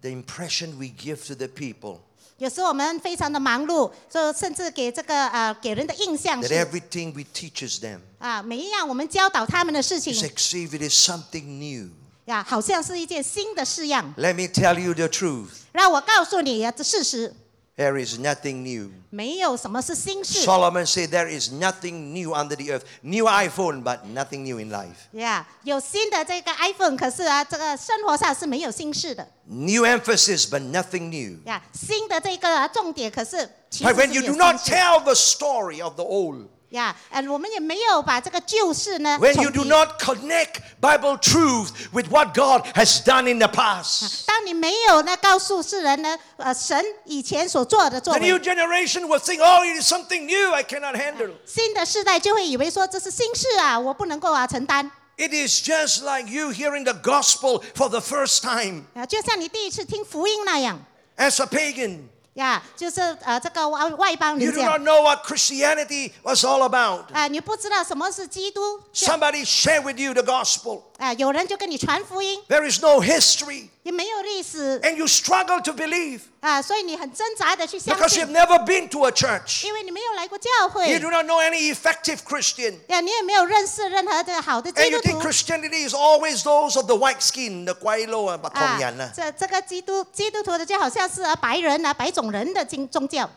[SPEAKER 1] the impression we give to the people ”
[SPEAKER 2] 有时候我们非常的忙碌，就甚至给这个呃给人的印象
[SPEAKER 1] that
[SPEAKER 2] 是
[SPEAKER 1] everything we teaches them
[SPEAKER 2] 啊，每一样我们教导他们的事情
[SPEAKER 1] is exhibited something new.
[SPEAKER 2] 呀、好像是一件新的式样。
[SPEAKER 1] Let me tell you the truth.
[SPEAKER 2] 让我告诉你这事实，
[SPEAKER 1] There is nothing new.
[SPEAKER 2] 没有什么是新事
[SPEAKER 1] Solomon said there is nothing new under the earth. New iPhone, but nothing new in life.
[SPEAKER 2] 呀。有新的这个 iPhone，可是啊，这个生活上是没有新事的
[SPEAKER 1] New emphasis, but nothing new.
[SPEAKER 2] 呀。新的这个啊重点可是其实
[SPEAKER 1] But
[SPEAKER 2] 是
[SPEAKER 1] when
[SPEAKER 2] 没
[SPEAKER 1] you
[SPEAKER 2] 有
[SPEAKER 1] do
[SPEAKER 2] 新
[SPEAKER 1] not
[SPEAKER 2] 事
[SPEAKER 1] tell the story of the old,
[SPEAKER 2] 呀，呃，我们也没有把这个旧事呢
[SPEAKER 1] when you
[SPEAKER 2] 重
[SPEAKER 1] do
[SPEAKER 2] 提
[SPEAKER 1] not connect Bible truth with what God has done in the past,
[SPEAKER 2] 当你没有呢告诉世人呢，呃，神以前所做的作
[SPEAKER 1] the new
[SPEAKER 2] 为，
[SPEAKER 1] generation will think, oh, it is something new I cannot handle.
[SPEAKER 2] 新的世代就会以为说这是新事啊，我不能够啊承担
[SPEAKER 1] It is just like you hearing the gospel for the first time
[SPEAKER 2] 啊，就像你第一次听福音那样
[SPEAKER 1] as a pagan.
[SPEAKER 2] 呀，就是呃这个外外邦
[SPEAKER 1] You
[SPEAKER 2] 人
[SPEAKER 1] do
[SPEAKER 2] 这样
[SPEAKER 1] not know what Christianity was all about.
[SPEAKER 2] 啊，你不知道什么是基督，
[SPEAKER 1] Somebody share with you the gospel.
[SPEAKER 2] 啊，有人就跟你传福音，
[SPEAKER 1] There is no history,
[SPEAKER 2] 也没有历史
[SPEAKER 1] and you struggle to believe
[SPEAKER 2] 啊，所以你很挣扎的去相
[SPEAKER 1] because
[SPEAKER 2] 信
[SPEAKER 1] you've，never been to a church.
[SPEAKER 2] 因为你没有来过教
[SPEAKER 1] You
[SPEAKER 2] 会
[SPEAKER 1] do，not know any effective Christian.
[SPEAKER 2] 呀，你也没有认识任何的好的
[SPEAKER 1] And
[SPEAKER 2] 基
[SPEAKER 1] you
[SPEAKER 2] 督
[SPEAKER 1] think
[SPEAKER 2] 徒
[SPEAKER 1] Christianity is always those of the white skin, the Kwailo and
[SPEAKER 2] 啊
[SPEAKER 1] Batongyan. ah.，
[SPEAKER 2] 这这个基督基督徒的就好像是啊白人啊白种人的宗宗教。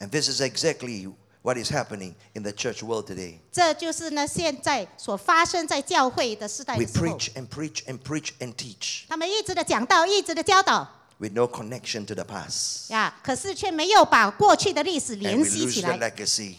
[SPEAKER 1] And this is exactly what is happening in the church world today.
[SPEAKER 2] 这就是呢，现在所发生在教会的时代
[SPEAKER 1] We
[SPEAKER 2] 的时候，
[SPEAKER 1] preach and preach and preach and teach
[SPEAKER 2] 他们一直的讲道，一直的教导
[SPEAKER 1] with no connection to the past.
[SPEAKER 2] 呀，可是却没有把过去的历史
[SPEAKER 1] And
[SPEAKER 2] 联
[SPEAKER 1] we
[SPEAKER 2] 系
[SPEAKER 1] lose
[SPEAKER 2] 起
[SPEAKER 1] the
[SPEAKER 2] 来
[SPEAKER 1] legacy.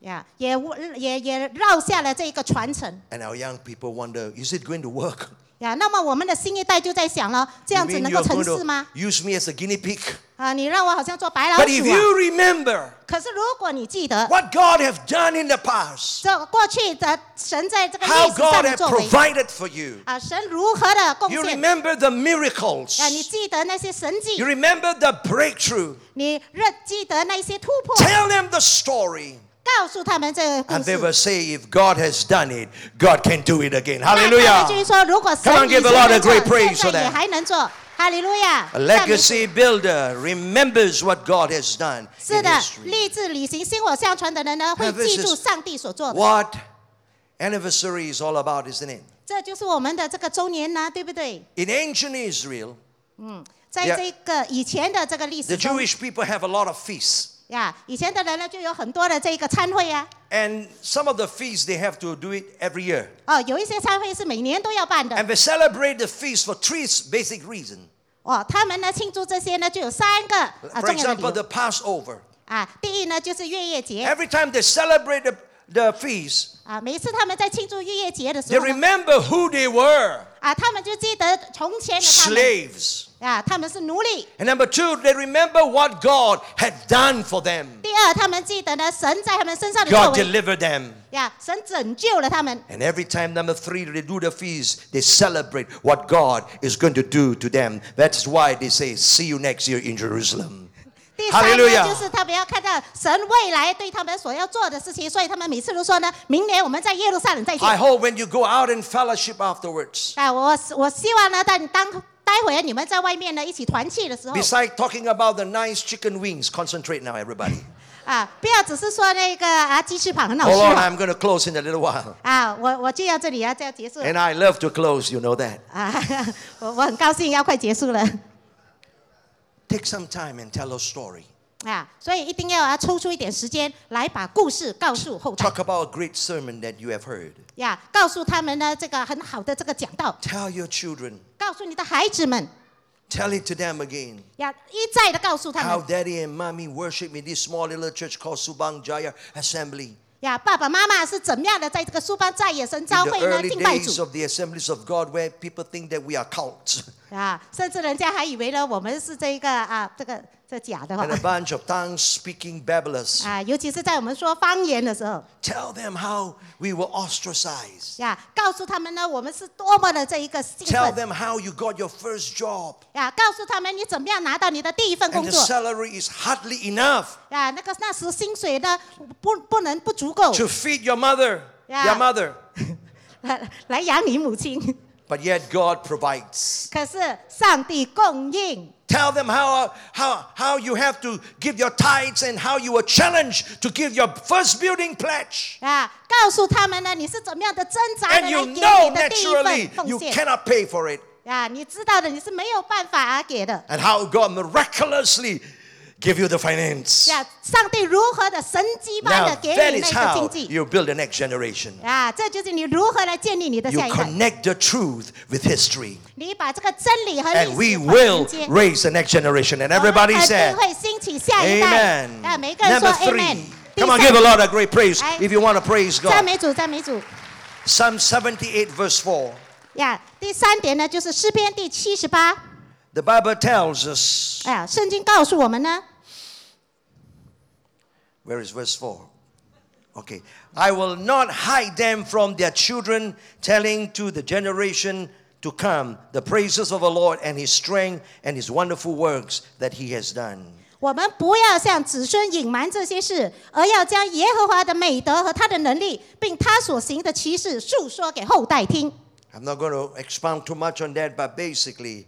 [SPEAKER 2] 呀，也无也也绕下了这一个传承
[SPEAKER 1] And our young people wonder, is it going to work?
[SPEAKER 2] 呀。那么我们的新一代就在想了，这
[SPEAKER 1] You
[SPEAKER 2] 样子
[SPEAKER 1] mean
[SPEAKER 2] 能
[SPEAKER 1] you
[SPEAKER 2] 够
[SPEAKER 1] are
[SPEAKER 2] 成
[SPEAKER 1] going
[SPEAKER 2] 事
[SPEAKER 1] to
[SPEAKER 2] 吗？
[SPEAKER 1] use me as a guinea pig?
[SPEAKER 2] 啊，你让我好像做白老
[SPEAKER 1] But if
[SPEAKER 2] 鼠啊！
[SPEAKER 1] you remember
[SPEAKER 2] 可是如果你记得
[SPEAKER 1] what God have done in the past,
[SPEAKER 2] 这过去的神在这个
[SPEAKER 1] how
[SPEAKER 2] 历史上
[SPEAKER 1] God
[SPEAKER 2] 的
[SPEAKER 1] have
[SPEAKER 2] 作为
[SPEAKER 1] provided for you,
[SPEAKER 2] 啊，神如何的贡
[SPEAKER 1] you
[SPEAKER 2] 献
[SPEAKER 1] remember the
[SPEAKER 2] 啊，你
[SPEAKER 1] miracles,
[SPEAKER 2] 记得那些神
[SPEAKER 1] you
[SPEAKER 2] 迹，
[SPEAKER 1] remember the breakthrough.
[SPEAKER 2] 你认记得那些突破。
[SPEAKER 1] Tell them the story,
[SPEAKER 2] 告诉他们这个故
[SPEAKER 1] and they
[SPEAKER 2] 事。
[SPEAKER 1] will say, if God has done it, God can do it again.
[SPEAKER 2] 那他们就是
[SPEAKER 1] Hallelujah.
[SPEAKER 2] 说，如果神
[SPEAKER 1] Come on,
[SPEAKER 2] 已
[SPEAKER 1] give
[SPEAKER 2] 经
[SPEAKER 1] the Lord a
[SPEAKER 2] 能做
[SPEAKER 1] great praise
[SPEAKER 2] 现
[SPEAKER 1] for
[SPEAKER 2] 在
[SPEAKER 1] that.
[SPEAKER 2] 也还能做，哈利路亚。
[SPEAKER 1] A
[SPEAKER 2] 赞美主
[SPEAKER 1] legacy builder remembers what God has done
[SPEAKER 2] 是
[SPEAKER 1] in
[SPEAKER 2] 的，
[SPEAKER 1] history.
[SPEAKER 2] 立志履行薪火相传的人呢，会
[SPEAKER 1] Now,
[SPEAKER 2] 记
[SPEAKER 1] this
[SPEAKER 2] 住
[SPEAKER 1] is
[SPEAKER 2] 上帝所做的。
[SPEAKER 1] what anniversary is all about, isn't it?
[SPEAKER 2] 这就是我们的这个周年呢，对不对？
[SPEAKER 1] In ancient Israel,
[SPEAKER 2] 在
[SPEAKER 1] Yeah.
[SPEAKER 2] 这个以前的这个历
[SPEAKER 1] the
[SPEAKER 2] 史中
[SPEAKER 1] Jewish people have a lot of feasts.
[SPEAKER 2] 呀，以前的人呢就有很多的这个参会啊。
[SPEAKER 1] And some of the feasts, they have to do it every year.
[SPEAKER 2] 哦，有一些参会是每年都要办的
[SPEAKER 1] And。they celebrate the feast for three basic reasons.
[SPEAKER 2] 哦，他们呢庆祝这些呢就有三个啊
[SPEAKER 1] For
[SPEAKER 2] 重要的
[SPEAKER 1] example,
[SPEAKER 2] 理由
[SPEAKER 1] the Passover.
[SPEAKER 2] 啊。第一呢就是月夜节
[SPEAKER 1] Every time they celebrate the, the feast,
[SPEAKER 2] 啊，每一次他们在庆祝月夜节的时
[SPEAKER 1] they
[SPEAKER 2] 候呢。
[SPEAKER 1] remember who they were
[SPEAKER 2] 啊，他们就记得从前的他们
[SPEAKER 1] slaves.
[SPEAKER 2] 啊，他们是奴隶。
[SPEAKER 1] And number two, they remember what God had done for them.
[SPEAKER 2] 第二，他们记得呢，神在他们身上的作
[SPEAKER 1] God
[SPEAKER 2] 为
[SPEAKER 1] delivered them.
[SPEAKER 2] 呀，神拯救了他们
[SPEAKER 1] And every time, number three, they do the feast, they celebrate what God is going to do to them. That's why they say, See you next year in Jerusalem.
[SPEAKER 2] 第三呢，
[SPEAKER 1] Hallelujah
[SPEAKER 2] 就是他们要看到神未来对他们所要做的事情，所以他们每次都说呢，明年我们在耶路撒冷再见
[SPEAKER 1] I。hope when you go out in fellowship afterwards,
[SPEAKER 2] 啊，我我希望呢，在你当待会你们在外面呢一起团契的时候
[SPEAKER 1] beside talking about the nice chicken wings, concentrate now, everybody.
[SPEAKER 2] 啊，不要只是说那个啊鸡翅膀很好
[SPEAKER 1] Hold
[SPEAKER 2] 吃
[SPEAKER 1] on,
[SPEAKER 2] 啊
[SPEAKER 1] I'm going to close in a little while.
[SPEAKER 2] 啊，我我就要这里要这样结束了
[SPEAKER 1] And I love to close, you know that.
[SPEAKER 2] 啊， 我我很高兴要快结束了
[SPEAKER 1] Take some time and tell a story.
[SPEAKER 2] 啊，所以一定要啊抽出一点时间来把故事告诉后代
[SPEAKER 1] Talk about a great sermon that you have heard.
[SPEAKER 2] 呀，告诉他们呢这个很好的这个讲道，
[SPEAKER 1] Tell your children.
[SPEAKER 2] 告诉你的孩子们
[SPEAKER 1] Tell it to them again.
[SPEAKER 2] 呀，一再的告诉他
[SPEAKER 1] How
[SPEAKER 2] 们
[SPEAKER 1] daddy and mommy worship in this small little church called Subang Jaya Assembly.
[SPEAKER 2] 呀，爸爸妈妈是怎么样的在这个苏邦在野神
[SPEAKER 1] In
[SPEAKER 2] 教
[SPEAKER 1] the
[SPEAKER 2] 会呢
[SPEAKER 1] early
[SPEAKER 2] 敬拜
[SPEAKER 1] days
[SPEAKER 2] 主
[SPEAKER 1] of the assemblies of God, where people think that we are cults
[SPEAKER 2] 啊，甚至人家还以为呢我们是这个啊这个这假的话
[SPEAKER 1] and a bunch of tongue speaking babblers.
[SPEAKER 2] 啊，尤其是在我们说方言的时候
[SPEAKER 1] Tell them how we were ostracized.
[SPEAKER 2] 呀，告诉他们呢我们是多么的这一个兴
[SPEAKER 1] Tell
[SPEAKER 2] 奋
[SPEAKER 1] them how you got your first job
[SPEAKER 2] 呀，告诉他们你怎么样拿到你的第一份
[SPEAKER 1] and
[SPEAKER 2] 工
[SPEAKER 1] the
[SPEAKER 2] 作
[SPEAKER 1] salary is hardly enough
[SPEAKER 2] 呀，那个那时薪水呢不不能不足够
[SPEAKER 1] to feed your mother,
[SPEAKER 2] Oh. Yeah.
[SPEAKER 1] your mother.
[SPEAKER 2] 来来养你母亲。
[SPEAKER 1] But yet God provides.
[SPEAKER 2] 可是上帝供应，
[SPEAKER 1] Tell them how, how, how you have to give your tithes and how you were challenged to give your first building pledge.
[SPEAKER 2] 啊，告诉他们呢，你是怎么样的挣扎
[SPEAKER 1] And
[SPEAKER 2] 的
[SPEAKER 1] you
[SPEAKER 2] 来给你
[SPEAKER 1] know
[SPEAKER 2] 的第一
[SPEAKER 1] naturally
[SPEAKER 2] 份奉
[SPEAKER 1] you
[SPEAKER 2] 献
[SPEAKER 1] cannot pay for it.
[SPEAKER 2] 啊，你知道的，你是没有办法而给的。
[SPEAKER 1] And how God miraculously give you the finance.
[SPEAKER 2] 呀，上帝如何的神机般
[SPEAKER 1] Now
[SPEAKER 2] 的给你
[SPEAKER 1] that
[SPEAKER 2] 那
[SPEAKER 1] is
[SPEAKER 2] 个
[SPEAKER 1] how
[SPEAKER 2] 经济
[SPEAKER 1] you build the next generation.
[SPEAKER 2] 啊，这就是你如何来建立你的
[SPEAKER 1] You
[SPEAKER 2] 下一代。
[SPEAKER 1] connect the truth with history.
[SPEAKER 2] 你把这个真理和
[SPEAKER 1] And
[SPEAKER 2] 历
[SPEAKER 1] we
[SPEAKER 2] 史画连
[SPEAKER 1] will
[SPEAKER 2] 接。
[SPEAKER 1] raise the next generation. And
[SPEAKER 2] 我们
[SPEAKER 1] everybody
[SPEAKER 2] 肯
[SPEAKER 1] said,
[SPEAKER 2] 定会兴起下一代。
[SPEAKER 1] Amen.
[SPEAKER 2] 啊，每个人说
[SPEAKER 1] Number
[SPEAKER 2] Amen
[SPEAKER 1] three.。
[SPEAKER 2] 第
[SPEAKER 1] Come on, give the
[SPEAKER 2] 三，
[SPEAKER 1] Lord a great praise
[SPEAKER 2] Right.
[SPEAKER 1] if you want to praise
[SPEAKER 2] 赞
[SPEAKER 1] God.
[SPEAKER 2] 美主，赞美主。
[SPEAKER 1] Psalm 78, verse 4.
[SPEAKER 2] 呀，第三点呢，就是诗篇第七十八。
[SPEAKER 1] The Bible tells us,
[SPEAKER 2] 哎呀，圣经告诉我们呢，
[SPEAKER 1] where is verse 4? Okay. I will not hide them from their children, telling to the generation to come the praises of the Lord and his strength and his wonderful works that he has done.
[SPEAKER 2] 我们不要向子孙隐瞒这些事，而要将耶和华的美德和他的能力，并他所行的奇事述说给后代听。
[SPEAKER 1] I'm not going to expound too much on that, but basically,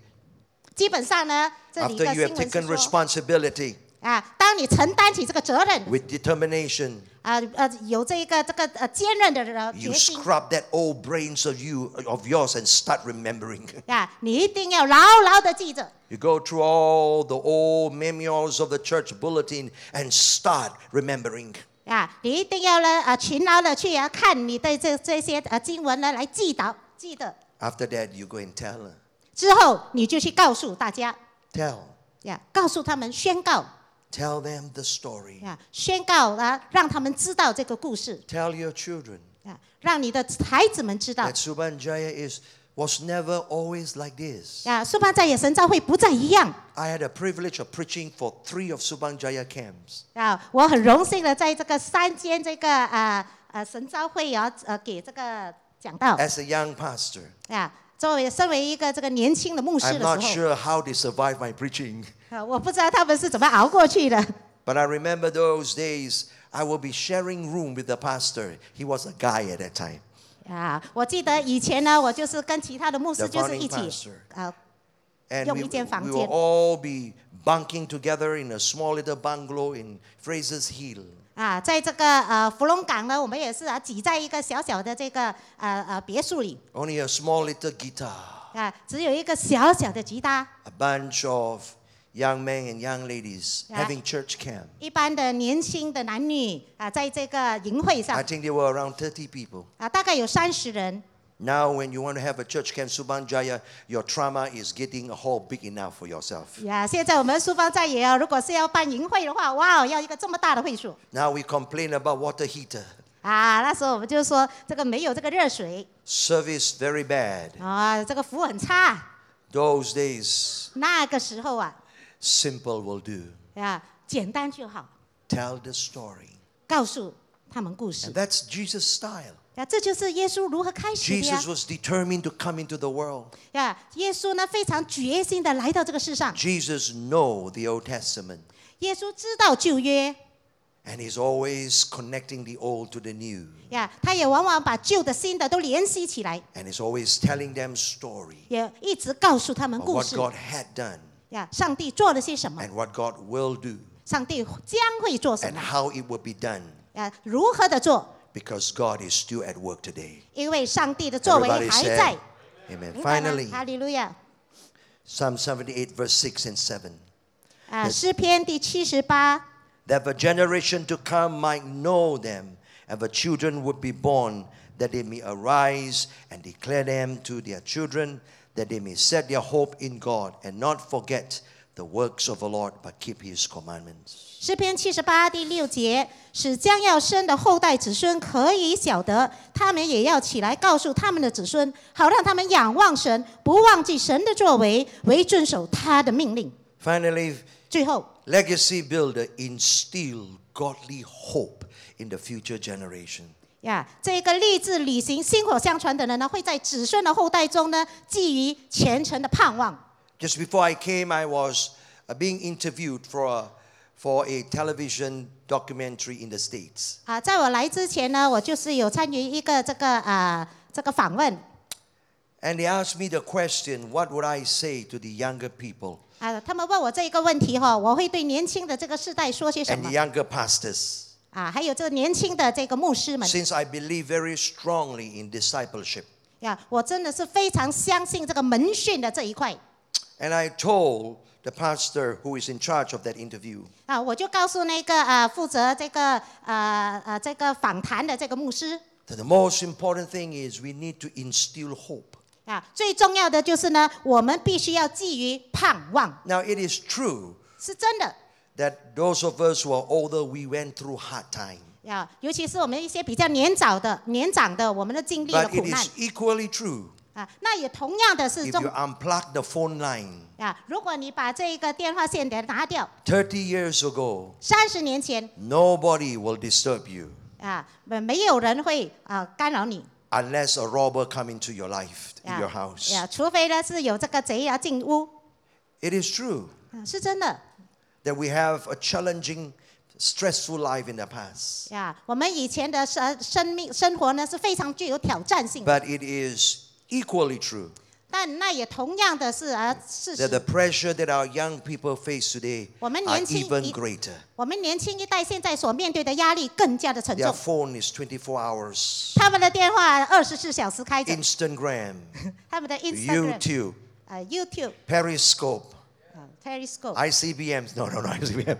[SPEAKER 2] 基本上呢，这里
[SPEAKER 1] after you
[SPEAKER 2] 的新
[SPEAKER 1] have
[SPEAKER 2] 闻
[SPEAKER 1] taken
[SPEAKER 2] 是说
[SPEAKER 1] responsibility
[SPEAKER 2] 啊，当你承担起这个责任
[SPEAKER 1] with determination,
[SPEAKER 2] 啊呃有这一个这个呃坚韧的人决
[SPEAKER 1] you
[SPEAKER 2] 心
[SPEAKER 1] scrub that old brains of you of yours and start remembering.
[SPEAKER 2] 啊，你一定要牢牢的记着
[SPEAKER 1] You go through all the old memoirs of the church bulletin and start remembering.
[SPEAKER 2] 啊，你一定要呢呃勤劳的去啊看你对这这些呃经文呢来记到记得，
[SPEAKER 1] After that, you go and tell her.
[SPEAKER 2] 之后你就去告诉大家
[SPEAKER 1] Tell.
[SPEAKER 2] 呀，告诉他们宣告。
[SPEAKER 1] Tell them the story.
[SPEAKER 2] 啊，宣告啊，让他们知道这个故事
[SPEAKER 1] Tell your children
[SPEAKER 2] 啊，让你的孩子们知道
[SPEAKER 1] that Subanjaya is was never always like this.
[SPEAKER 2] 啊，苏巴在野神召会不再一样
[SPEAKER 1] I had the privilege of preaching for three of Subanjaya camps.
[SPEAKER 2] 啊。我很荣幸的在这个三间这个呃呃神召会啊呃给这个讲道
[SPEAKER 1] As a young pastor,
[SPEAKER 2] 啊，作为身为一个这个年轻的牧师
[SPEAKER 1] I'm
[SPEAKER 2] 的
[SPEAKER 1] not
[SPEAKER 2] 时
[SPEAKER 1] sure how they survived my preaching.
[SPEAKER 2] 候，啊，我不知道他们是怎么熬过去的
[SPEAKER 1] But I remember those days, I will be sharing room with the pastor. He was a guy at that time.
[SPEAKER 2] 啊。我记得以前呢，我就是跟其他的牧师
[SPEAKER 1] The
[SPEAKER 2] 就是一
[SPEAKER 1] founding
[SPEAKER 2] 起
[SPEAKER 1] pastor
[SPEAKER 2] 啊
[SPEAKER 1] And we, we
[SPEAKER 2] 用一间房间。
[SPEAKER 1] will all be bunking together in a small little bungalow in Fraser's Hill.
[SPEAKER 2] 啊，在这个呃芙蓉港呢，我们也是啊挤在一个小小的这个呃呃别墅里。
[SPEAKER 1] Only a small little guitar.
[SPEAKER 2] 啊，只有一个小小的吉他，
[SPEAKER 1] A bunch of young men and young ladies
[SPEAKER 2] Yeah.
[SPEAKER 1] having church camp.
[SPEAKER 2] 一般的年轻的男女啊，在这个营会
[SPEAKER 1] I
[SPEAKER 2] 上
[SPEAKER 1] think there were around 30 people.
[SPEAKER 2] 啊，大概有三十人
[SPEAKER 1] Now, when you want to have a church camp, Subanjaya, your trauma is getting a hole big enough for yourself.
[SPEAKER 2] 呀。啊现在我们苏方在也要，如果是要办营会的话，哇，要一个这么大的会所
[SPEAKER 1] Now we complain about water heater.
[SPEAKER 2] 啊。那时候我们就说这个没有这个热水
[SPEAKER 1] Service very bad.
[SPEAKER 2] 啊，这个服务很差。
[SPEAKER 1] Those days,
[SPEAKER 2] 那个时候啊，
[SPEAKER 1] simple will do.
[SPEAKER 2] 呀，简单就好，
[SPEAKER 1] Tell the story.
[SPEAKER 2] 告诉他们故
[SPEAKER 1] And。
[SPEAKER 2] 事
[SPEAKER 1] that's Jesus' style.
[SPEAKER 2] 呀，这就是耶稣如何开始的呀
[SPEAKER 1] Jesus。was determined to come into the world.
[SPEAKER 2] 呀，耶稣呢非常决心的来到这个世上，
[SPEAKER 1] Jesus know the Old Testament
[SPEAKER 2] 耶稣知道旧约。
[SPEAKER 1] and he's always connecting the old to the new
[SPEAKER 2] 呀，他也往往把旧的、新的都联系起来，
[SPEAKER 1] and he's always telling them story
[SPEAKER 2] 也一直告诉他们
[SPEAKER 1] of
[SPEAKER 2] 故
[SPEAKER 1] what
[SPEAKER 2] 事。
[SPEAKER 1] God had done
[SPEAKER 2] 呀，上帝做了些什么，
[SPEAKER 1] and what God will do
[SPEAKER 2] 上帝将会做什
[SPEAKER 1] and
[SPEAKER 2] 么，
[SPEAKER 1] how it will be done
[SPEAKER 2] 呀，如何的做，
[SPEAKER 1] because God is still at work today.
[SPEAKER 2] 因为上帝的作为
[SPEAKER 1] Everybody
[SPEAKER 2] 还在
[SPEAKER 1] said,。Amen.
[SPEAKER 2] 明白吗
[SPEAKER 1] Finally,
[SPEAKER 2] 哈利路亚！
[SPEAKER 1] Psalm 78 verse 6 and 7.
[SPEAKER 2] 啊，诗篇第七十八
[SPEAKER 1] that the generation to come might know them, and the children would be born, that they may arise and declare them to their children, that they may set their hope in God and not forget the works of the Lord, but keep his commandments.
[SPEAKER 2] 诗篇七十八第六节，使将要生的后代子孙可以晓得，他们也要起来告诉他们的子孙，好让他们仰望神，不忘记神的作为，唯遵守他的命令。
[SPEAKER 1] Finally,
[SPEAKER 2] 最后，
[SPEAKER 1] legacy builder instill godly hope in the future generation.
[SPEAKER 2] 呀这个立志履行薪火相传的人呢，会在子孙的后代中呢，寄予虔诚的盼望。
[SPEAKER 1] Just before I came, I was uh, being interviewed for a, for a television documentary in the States.
[SPEAKER 2] 啊，在我来之前呢，我就是有参与一个这个啊、呃这个访问
[SPEAKER 1] And they asked me the question, what would I say to the younger people
[SPEAKER 2] 啊，他们问我这一个问题哈、我会对年轻的这个世代说些什
[SPEAKER 1] and the
[SPEAKER 2] 么
[SPEAKER 1] younger pastors?
[SPEAKER 2] 啊？还有这个年轻的这个牧师们
[SPEAKER 1] Since I believe very strongly in discipleship.
[SPEAKER 2] 呀、我真的是非常相信这个门训的这一块
[SPEAKER 1] And I told the pastor who is in charge of that interview,
[SPEAKER 2] 啊，我就告诉那个呃负责这个呃呃这个访谈的这个牧师
[SPEAKER 1] that the most important thing is we need to instill hope.
[SPEAKER 2] 啊，最重要的就是呢，我们必须要基于盼望，
[SPEAKER 1] Now, it is true
[SPEAKER 2] 是真的
[SPEAKER 1] that those of us who are older, we went through hard time.
[SPEAKER 2] 呀、尤其是我们一些比较年长的、年长的，我们的经历了
[SPEAKER 1] But
[SPEAKER 2] 苦
[SPEAKER 1] it
[SPEAKER 2] 难
[SPEAKER 1] is equally true
[SPEAKER 2] 啊，那也同样的
[SPEAKER 1] if
[SPEAKER 2] 是
[SPEAKER 1] you
[SPEAKER 2] 中
[SPEAKER 1] unplug the phone line.
[SPEAKER 2] 啊，如果你把这个电话线给它拿掉，
[SPEAKER 1] 30 years ago,
[SPEAKER 2] 三十年前
[SPEAKER 1] nobody will disturb you
[SPEAKER 2] 啊，没没有人会啊干扰你
[SPEAKER 1] unless a robber come into your life, in
[SPEAKER 2] 啊
[SPEAKER 1] your house.
[SPEAKER 2] 啊，除非呢是有这个贼要啊进屋
[SPEAKER 1] It is true
[SPEAKER 2] 啊，是真的
[SPEAKER 1] that we have a challenging, stressful life in the past.
[SPEAKER 2] 呀、我们以前的生生命生活呢是非常具有挑战性的，
[SPEAKER 1] But it is equally true
[SPEAKER 2] 但那也同样的是啊事
[SPEAKER 1] that the
[SPEAKER 2] 实。
[SPEAKER 1] pressure that our young people face today are
[SPEAKER 2] 我们年轻一-
[SPEAKER 1] even greater.
[SPEAKER 2] 我们年轻一代现在所面对的压力更加的沉
[SPEAKER 1] Their
[SPEAKER 2] 重，
[SPEAKER 1] phone is 24 hours,
[SPEAKER 2] 他们的电话二十四小时开着，
[SPEAKER 1] Instagram,
[SPEAKER 2] 他们的 Instagram、
[SPEAKER 1] YouTube,
[SPEAKER 2] 呃 YouTube、
[SPEAKER 1] Periscope,
[SPEAKER 2] 呃
[SPEAKER 1] 哎
[SPEAKER 2] Periscope，
[SPEAKER 1] ICBMs. No, no, no, ICBM.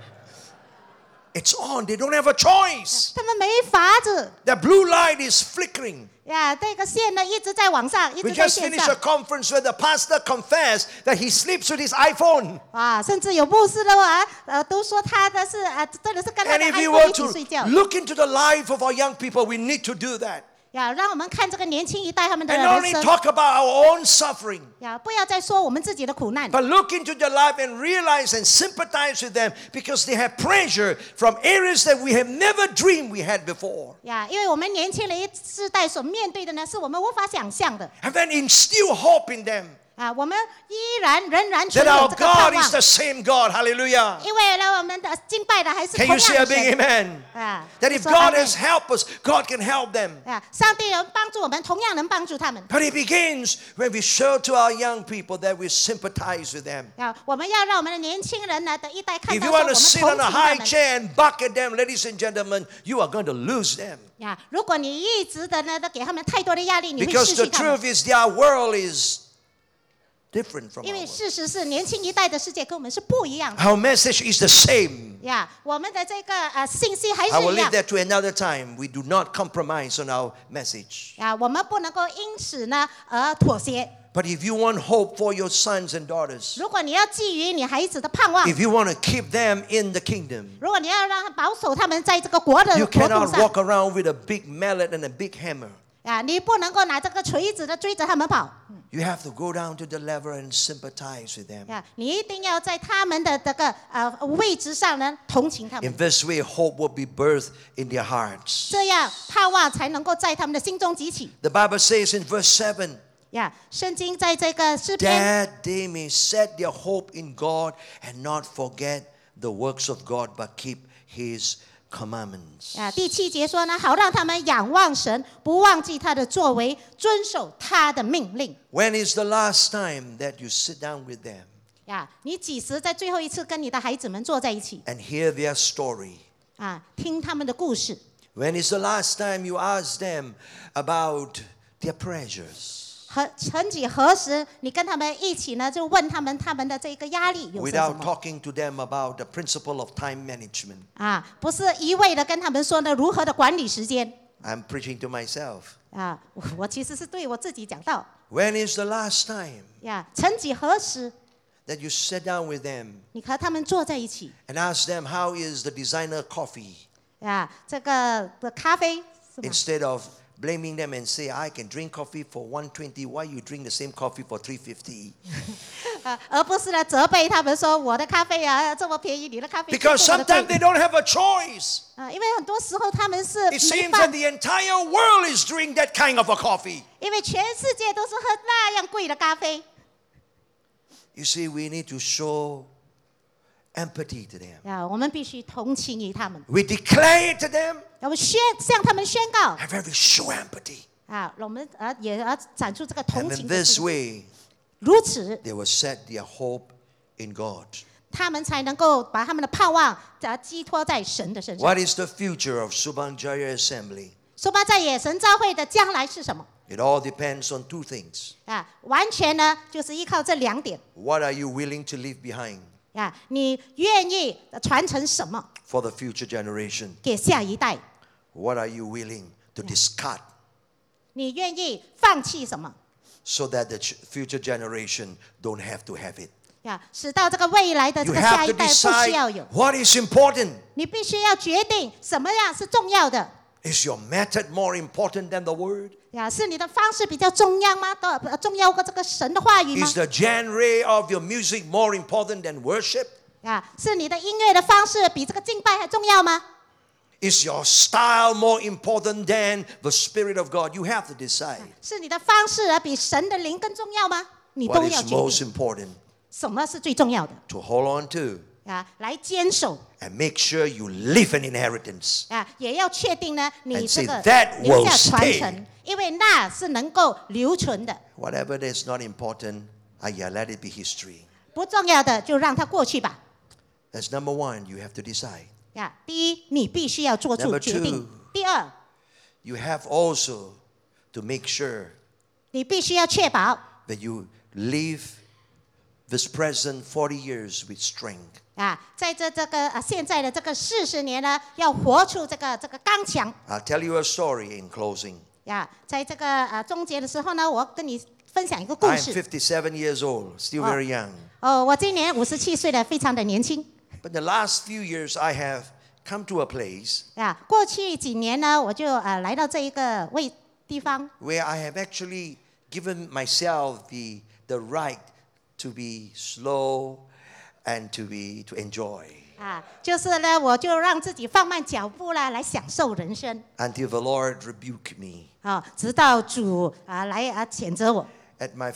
[SPEAKER 1] It's on. They don't have a choice.
[SPEAKER 2] 他们没法子
[SPEAKER 1] The blue light is flickering.
[SPEAKER 2] 呀，这个线呢一直在往上，一
[SPEAKER 1] We
[SPEAKER 2] 直在
[SPEAKER 1] just
[SPEAKER 2] 线
[SPEAKER 1] finished a
[SPEAKER 2] 上。
[SPEAKER 1] conference where the pastor confessed that he sleeps with his iPhone.
[SPEAKER 2] 啊，甚至有牧师的啊，呃，都说他的是啊，真的是跟他
[SPEAKER 1] And
[SPEAKER 2] 的
[SPEAKER 1] if
[SPEAKER 2] 爱
[SPEAKER 1] we
[SPEAKER 2] 国
[SPEAKER 1] were
[SPEAKER 2] 一起睡觉
[SPEAKER 1] to look into the life of our young people, we need to do that.
[SPEAKER 2] 呀。让我们看这个年轻一代他们的
[SPEAKER 1] And
[SPEAKER 2] 人
[SPEAKER 1] only
[SPEAKER 2] 生
[SPEAKER 1] talk about our own suffering.
[SPEAKER 2] 呀，不要再说我们自己的苦难
[SPEAKER 1] But look into their life and realize and sympathize with them because they have pressure from areas that we have never dreamed we had before.
[SPEAKER 2] 呀，因为我们年轻人一世代所面对的呢，是我们无法想象的
[SPEAKER 1] And then instill hope in them
[SPEAKER 2] 啊。我们依然仍然存
[SPEAKER 1] that
[SPEAKER 2] 有
[SPEAKER 1] our
[SPEAKER 2] 这个盼
[SPEAKER 1] God is the
[SPEAKER 2] 望，
[SPEAKER 1] same God. Hallelujah.
[SPEAKER 2] 因为呢，我们的敬拜的还是
[SPEAKER 1] Can
[SPEAKER 2] 同
[SPEAKER 1] you
[SPEAKER 2] 样
[SPEAKER 1] say a
[SPEAKER 2] 的
[SPEAKER 1] big
[SPEAKER 2] 神
[SPEAKER 1] amen?
[SPEAKER 2] 啊。
[SPEAKER 1] That
[SPEAKER 2] 你
[SPEAKER 1] if
[SPEAKER 2] 说
[SPEAKER 1] God
[SPEAKER 2] 阿们
[SPEAKER 1] has helped us, God can help them.
[SPEAKER 2] 啊，上帝能帮助我们，同样能帮助他们
[SPEAKER 1] But it begins when we show to our young people that we sympathize with them.
[SPEAKER 2] 啊。我们要让我们的年轻人呢的一代看
[SPEAKER 1] If
[SPEAKER 2] 到
[SPEAKER 1] you
[SPEAKER 2] 说我
[SPEAKER 1] want
[SPEAKER 2] 们
[SPEAKER 1] to
[SPEAKER 2] 同
[SPEAKER 1] sit
[SPEAKER 2] 情
[SPEAKER 1] on a
[SPEAKER 2] 他
[SPEAKER 1] high
[SPEAKER 2] 们。
[SPEAKER 1] chair and bark at them, ladies and gentlemen, you are going to lose them.
[SPEAKER 2] 呀，啊如果你一直的呢，都给他们太多的压力，你会
[SPEAKER 1] Because
[SPEAKER 2] 失
[SPEAKER 1] the
[SPEAKER 2] 去他
[SPEAKER 1] truth
[SPEAKER 2] 们。
[SPEAKER 1] is, their world is different from
[SPEAKER 2] 因
[SPEAKER 1] ours.
[SPEAKER 2] 为事实是，年轻一代的世界跟我们是不一样的
[SPEAKER 1] Our message is the same.
[SPEAKER 2] 呀。我们的这个呃信息还
[SPEAKER 1] I
[SPEAKER 2] 是
[SPEAKER 1] will leave
[SPEAKER 2] 一样
[SPEAKER 1] that to another time. We do not compromise on our message.
[SPEAKER 2] 呀，啊我们不能够因此呢而妥协。
[SPEAKER 1] But if you want hope for your sons and daughters,
[SPEAKER 2] 如果你要基于你孩子的盼望，
[SPEAKER 1] if you want to keep them in the kingdom,
[SPEAKER 2] 如果你要让他保守他们在这个国的
[SPEAKER 1] you
[SPEAKER 2] 国度
[SPEAKER 1] cannot
[SPEAKER 2] 上
[SPEAKER 1] walk around with a big mallet and a big hammer.
[SPEAKER 2] 呀，你不能够拿这个锤子的追着他们跑
[SPEAKER 1] You have to go down to the level and sympathize with them.
[SPEAKER 2] 呀，你一定要在他们的这个呃位置上呢同情他们
[SPEAKER 1] In，this way, hope will be birthed in their hearts.
[SPEAKER 2] 这样盼望才能够在他们的心中激起。
[SPEAKER 1] The Bible says in verse 7
[SPEAKER 2] 呀，圣经在这个诗篇
[SPEAKER 1] that they may set their hope in God and not forget the works of God, but keep his commandments.
[SPEAKER 2] 啊，第七节说呢，好让他们仰望神，不忘记他的作为，遵守他的命令。
[SPEAKER 1] When is the last time that you sit down with them
[SPEAKER 2] 呀，你几时在最后一次跟你的孩子们坐在一起
[SPEAKER 1] and hear their story?
[SPEAKER 2] 啊，听他们的故事
[SPEAKER 1] When is the last time you ask them about their pressures
[SPEAKER 2] 何曾几何时，你跟他们一起呢，就问他们他们的这个压力有些什
[SPEAKER 1] without
[SPEAKER 2] 么
[SPEAKER 1] talking to them about the principle of time management?
[SPEAKER 2] 啊？不是一味的跟他们说呢如何的管理时间
[SPEAKER 1] I'm preaching to myself.
[SPEAKER 2] 啊，我我其实是对我自己讲到
[SPEAKER 1] When is the last time
[SPEAKER 2] 呀，曾几何时，
[SPEAKER 1] that you sit down with them
[SPEAKER 2] 你和他们坐在一起
[SPEAKER 1] and ask them how is the designer coffee
[SPEAKER 2] 啊，这个的咖啡是吗？
[SPEAKER 1] instead of blaming them and say I can drink coffee for 120 why you drink the same coffee for 350
[SPEAKER 2] 呃，而不是来责备他们说我的咖啡啊这么便宜，你的咖啡
[SPEAKER 1] because
[SPEAKER 2] 这么贵
[SPEAKER 1] sometimes they don't have a choice
[SPEAKER 2] 啊，因为很多时候他们是
[SPEAKER 1] it
[SPEAKER 2] 没
[SPEAKER 1] seems
[SPEAKER 2] 办
[SPEAKER 1] that，the entire world is doing that kind of a coffee
[SPEAKER 2] 因为全世界都是喝那样贵的咖啡
[SPEAKER 1] you see we need to show empathy to them
[SPEAKER 2] 啊，我们必须同情于他们，
[SPEAKER 1] we declare it to them
[SPEAKER 2] 我们宣向他们宣告
[SPEAKER 1] have every show empathy
[SPEAKER 2] 啊，我们啊也要展出这个同
[SPEAKER 1] And
[SPEAKER 2] 情
[SPEAKER 1] in
[SPEAKER 2] 的
[SPEAKER 1] this
[SPEAKER 2] 心。
[SPEAKER 1] way,
[SPEAKER 2] 如此，
[SPEAKER 1] they will set their hope in God.
[SPEAKER 2] 他们才能够把他们的盼望啊寄托在神的身上。
[SPEAKER 1] What is the future of Subanjaya Assembly?
[SPEAKER 2] 说白在野神召会的将来是什么
[SPEAKER 1] It all depends on two things.
[SPEAKER 2] 啊？完全呢就是依靠这两点
[SPEAKER 1] What are you willing to leave behind
[SPEAKER 2] 啊，你愿意传承什么
[SPEAKER 1] for the future generation?
[SPEAKER 2] 给下一代？
[SPEAKER 1] What are you willing to discard
[SPEAKER 2] 你愿意放弃什么
[SPEAKER 1] so that the ch- future generation don't have to have it?
[SPEAKER 2] 呀？啊使到这个未来的
[SPEAKER 1] You
[SPEAKER 2] 这个下
[SPEAKER 1] have
[SPEAKER 2] 一
[SPEAKER 1] to
[SPEAKER 2] 代不需要
[SPEAKER 1] decide
[SPEAKER 2] 有，
[SPEAKER 1] what is important.
[SPEAKER 2] 你必须要决定什么样是重要的
[SPEAKER 1] Is your method more important than the word?
[SPEAKER 2] 呀？是你的方式比较重要吗？都呃重要过这个神的话语吗
[SPEAKER 1] Is？the genre of your music more important than worship?
[SPEAKER 2] 呀，啊是你的音乐的方式比这个敬拜还重要吗？
[SPEAKER 1] Is your style more important than the Spirit of God? You have to decide
[SPEAKER 2] 是你的方式啊比神的灵更重要吗？你都
[SPEAKER 1] what
[SPEAKER 2] 要
[SPEAKER 1] is
[SPEAKER 2] 决
[SPEAKER 1] most
[SPEAKER 2] 定
[SPEAKER 1] important
[SPEAKER 2] 什么是最重要的。
[SPEAKER 1] to hold on to
[SPEAKER 2] 啊，来坚守
[SPEAKER 1] and make sure you leave an inheritance.
[SPEAKER 2] 啊，也要确定呢，你
[SPEAKER 1] And
[SPEAKER 2] 这
[SPEAKER 1] say
[SPEAKER 2] 个
[SPEAKER 1] that
[SPEAKER 2] 留
[SPEAKER 1] will
[SPEAKER 2] 下传
[SPEAKER 1] stay.
[SPEAKER 2] 承，因为那是能够留存的。
[SPEAKER 1] Whatever that is not important, ah, yeah, let it be history.
[SPEAKER 2] 不重要的就让它过去吧。
[SPEAKER 1] That's number one, you have to decide.
[SPEAKER 2] 啊，第一，你必须要做出
[SPEAKER 1] Number
[SPEAKER 2] 决定
[SPEAKER 1] two.；
[SPEAKER 2] 第二，
[SPEAKER 1] You have also to make sure
[SPEAKER 2] 你必须要确保
[SPEAKER 1] that you live this present 40 years with strength.
[SPEAKER 2] 啊，在这这个啊现在的这个四十年呢，要活出这个这个刚强。
[SPEAKER 1] I'll tell you a story in closing.
[SPEAKER 2] 呀，在这个啊终结的时候呢，我跟你分享一个故
[SPEAKER 1] I'm
[SPEAKER 2] 事。
[SPEAKER 1] 57 years old, still
[SPEAKER 2] Oh.
[SPEAKER 1] very young.
[SPEAKER 2] 哦，我今年五十七岁了，非常的年轻。
[SPEAKER 1] But the last few years, I have come to a place
[SPEAKER 2] 啊，过去几年呢，我就呃来到这一个位地方，
[SPEAKER 1] where I have actually given myself the, the right to be slow and to, be, to enjoy
[SPEAKER 2] 啊，就是呢，我就让自己放慢脚步啦，来享受人生
[SPEAKER 1] until the Lord rebuked me.
[SPEAKER 2] 啊，直到主啊来啊谴责我。
[SPEAKER 1] At my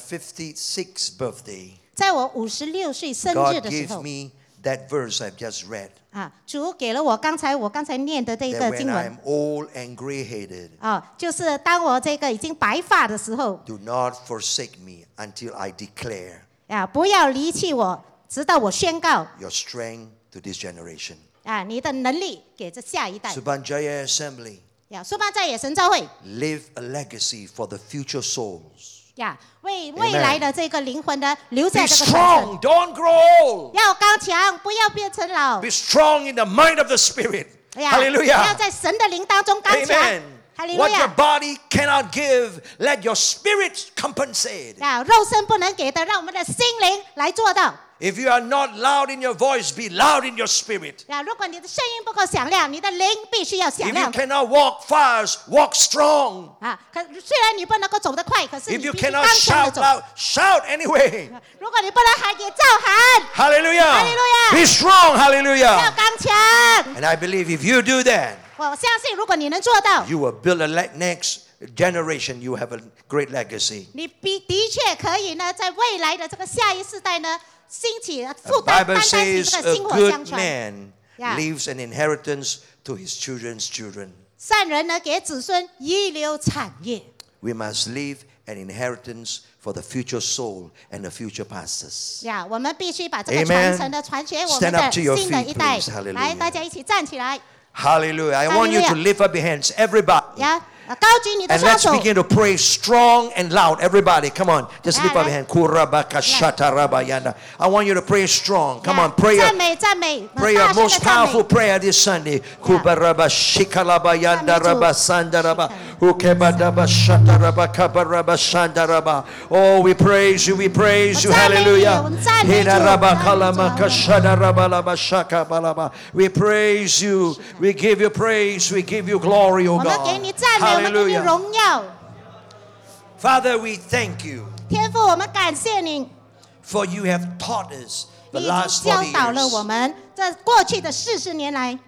[SPEAKER 1] 56th birthday,
[SPEAKER 2] 在我五十六岁生日
[SPEAKER 1] God
[SPEAKER 2] 的时
[SPEAKER 1] gave
[SPEAKER 2] 候
[SPEAKER 1] me that verse I've just read
[SPEAKER 2] 啊，主给了我刚才我刚才念的这个
[SPEAKER 1] that
[SPEAKER 2] 经
[SPEAKER 1] when
[SPEAKER 2] 文
[SPEAKER 1] I'm old and gray headed,
[SPEAKER 2] 啊，就是当我这个已经白发的时候
[SPEAKER 1] do not forsake me until I declare
[SPEAKER 2] 啊，不要离弃我，直到我宣告
[SPEAKER 1] your strength to this generation.
[SPEAKER 2] 啊你的能力给这下一代。
[SPEAKER 1] Subanjaya Assembly,
[SPEAKER 2] 呀，苏巴在野神召会
[SPEAKER 1] live a legacy for the future souls.
[SPEAKER 2] 呀，为
[SPEAKER 1] Amen
[SPEAKER 2] 未来的这个灵魂呢留下
[SPEAKER 1] Be
[SPEAKER 2] 这个传承。
[SPEAKER 1] strong, don't grow old.
[SPEAKER 2] 要刚强，不要变成老。
[SPEAKER 1] Be strong in the mind of the Spirit.
[SPEAKER 2] 哎呀要
[SPEAKER 1] Hallelujah.
[SPEAKER 2] 在神的灵当中刚强
[SPEAKER 1] Amen.。
[SPEAKER 2] 哈利路
[SPEAKER 1] What your
[SPEAKER 2] 亚！
[SPEAKER 1] body cannot give, let your spirit compensate.
[SPEAKER 2] 啊，肉身不能给的，让我们的心灵来做到。
[SPEAKER 1] If you are not loud in your voice, be loud in your spirit.
[SPEAKER 2] 啊，如果你的声音不够响亮，你的灵必须要响
[SPEAKER 1] If you
[SPEAKER 2] 亮。
[SPEAKER 1] cannot walk fast, walk strong.
[SPEAKER 2] 啊，可虽然你不能够走得快，可是
[SPEAKER 1] If
[SPEAKER 2] 你
[SPEAKER 1] you
[SPEAKER 2] 必须
[SPEAKER 1] cannot
[SPEAKER 2] 刚强
[SPEAKER 1] shout
[SPEAKER 2] 的走。
[SPEAKER 1] loud, shout anyway.
[SPEAKER 2] 如果你不能喊，也照喊。
[SPEAKER 1] Hallelujah.
[SPEAKER 2] Hallelujah.
[SPEAKER 1] Be strong.
[SPEAKER 2] 要
[SPEAKER 1] Hallelujah.
[SPEAKER 2] 刚强。
[SPEAKER 1] And I believe if you do that,
[SPEAKER 2] 我相信，如果你能做到，
[SPEAKER 1] you will build a le- next generation. You have a great legacy.
[SPEAKER 2] 你必的确可以呢，在未来的这个下一世代呢，兴起负
[SPEAKER 1] The
[SPEAKER 2] 担
[SPEAKER 1] Bible
[SPEAKER 2] 担担起
[SPEAKER 1] says
[SPEAKER 2] 这
[SPEAKER 1] a
[SPEAKER 2] 个薪火
[SPEAKER 1] good
[SPEAKER 2] 相传。
[SPEAKER 1] man
[SPEAKER 2] Yeah.
[SPEAKER 1] leaves an inheritance to his children's children.
[SPEAKER 2] 善人呢，给子孙遗留产业。
[SPEAKER 1] We must leave an inheritance for the future soul and the future pastors.
[SPEAKER 2] 呀，啊我们必须把这个
[SPEAKER 1] Amen.
[SPEAKER 2] 传承呢传给我们
[SPEAKER 1] Stand up
[SPEAKER 2] 的
[SPEAKER 1] to your
[SPEAKER 2] 新的
[SPEAKER 1] feet,
[SPEAKER 2] 一代
[SPEAKER 1] please. Hallelujah.。
[SPEAKER 2] 来，大家一起站起来，
[SPEAKER 1] Hallelujah. I want you to
[SPEAKER 2] Hallelujah.
[SPEAKER 1] lift up your hands, everybody.
[SPEAKER 2] 呀，呃高举你的
[SPEAKER 1] And
[SPEAKER 2] 双
[SPEAKER 1] let's
[SPEAKER 2] 手。
[SPEAKER 1] begin to pray strong and loud. Everybody, come on. Just lift
[SPEAKER 2] Yeah,
[SPEAKER 1] up your hand. Kurabakashata I want you to pray strong. Come
[SPEAKER 2] 呀
[SPEAKER 1] on, pray.
[SPEAKER 2] 赞美赞美，
[SPEAKER 1] Pray
[SPEAKER 2] 大
[SPEAKER 1] a
[SPEAKER 2] 声的
[SPEAKER 1] most
[SPEAKER 2] 赞
[SPEAKER 1] powerful
[SPEAKER 2] 美。
[SPEAKER 1] prayer this Sunday. Kubaraba shikalaba yandaraba sandaraba. Ukebadaba shataraba kabaraba shandaraba. Oh, we praise you, we praise you.
[SPEAKER 2] 我赞美你，
[SPEAKER 1] Hallelujah.
[SPEAKER 2] 我们赞美主，
[SPEAKER 1] Hidaraba
[SPEAKER 2] 我们赞美主，
[SPEAKER 1] kalama
[SPEAKER 2] 我们赞美主。
[SPEAKER 1] kashadaraba laba shakabalaba. We praise you. We give you praise. We give you glory, O
[SPEAKER 2] 我们给
[SPEAKER 1] God.
[SPEAKER 2] 你赞美，我们给你
[SPEAKER 1] Hallelujah.
[SPEAKER 2] 荣耀。
[SPEAKER 1] Father, we thank you
[SPEAKER 2] 天父，我们感谢你，
[SPEAKER 1] for you have taught us the
[SPEAKER 2] 你已经
[SPEAKER 1] last 40
[SPEAKER 2] 教导了我
[SPEAKER 1] years.
[SPEAKER 2] 们这过去的四十年来。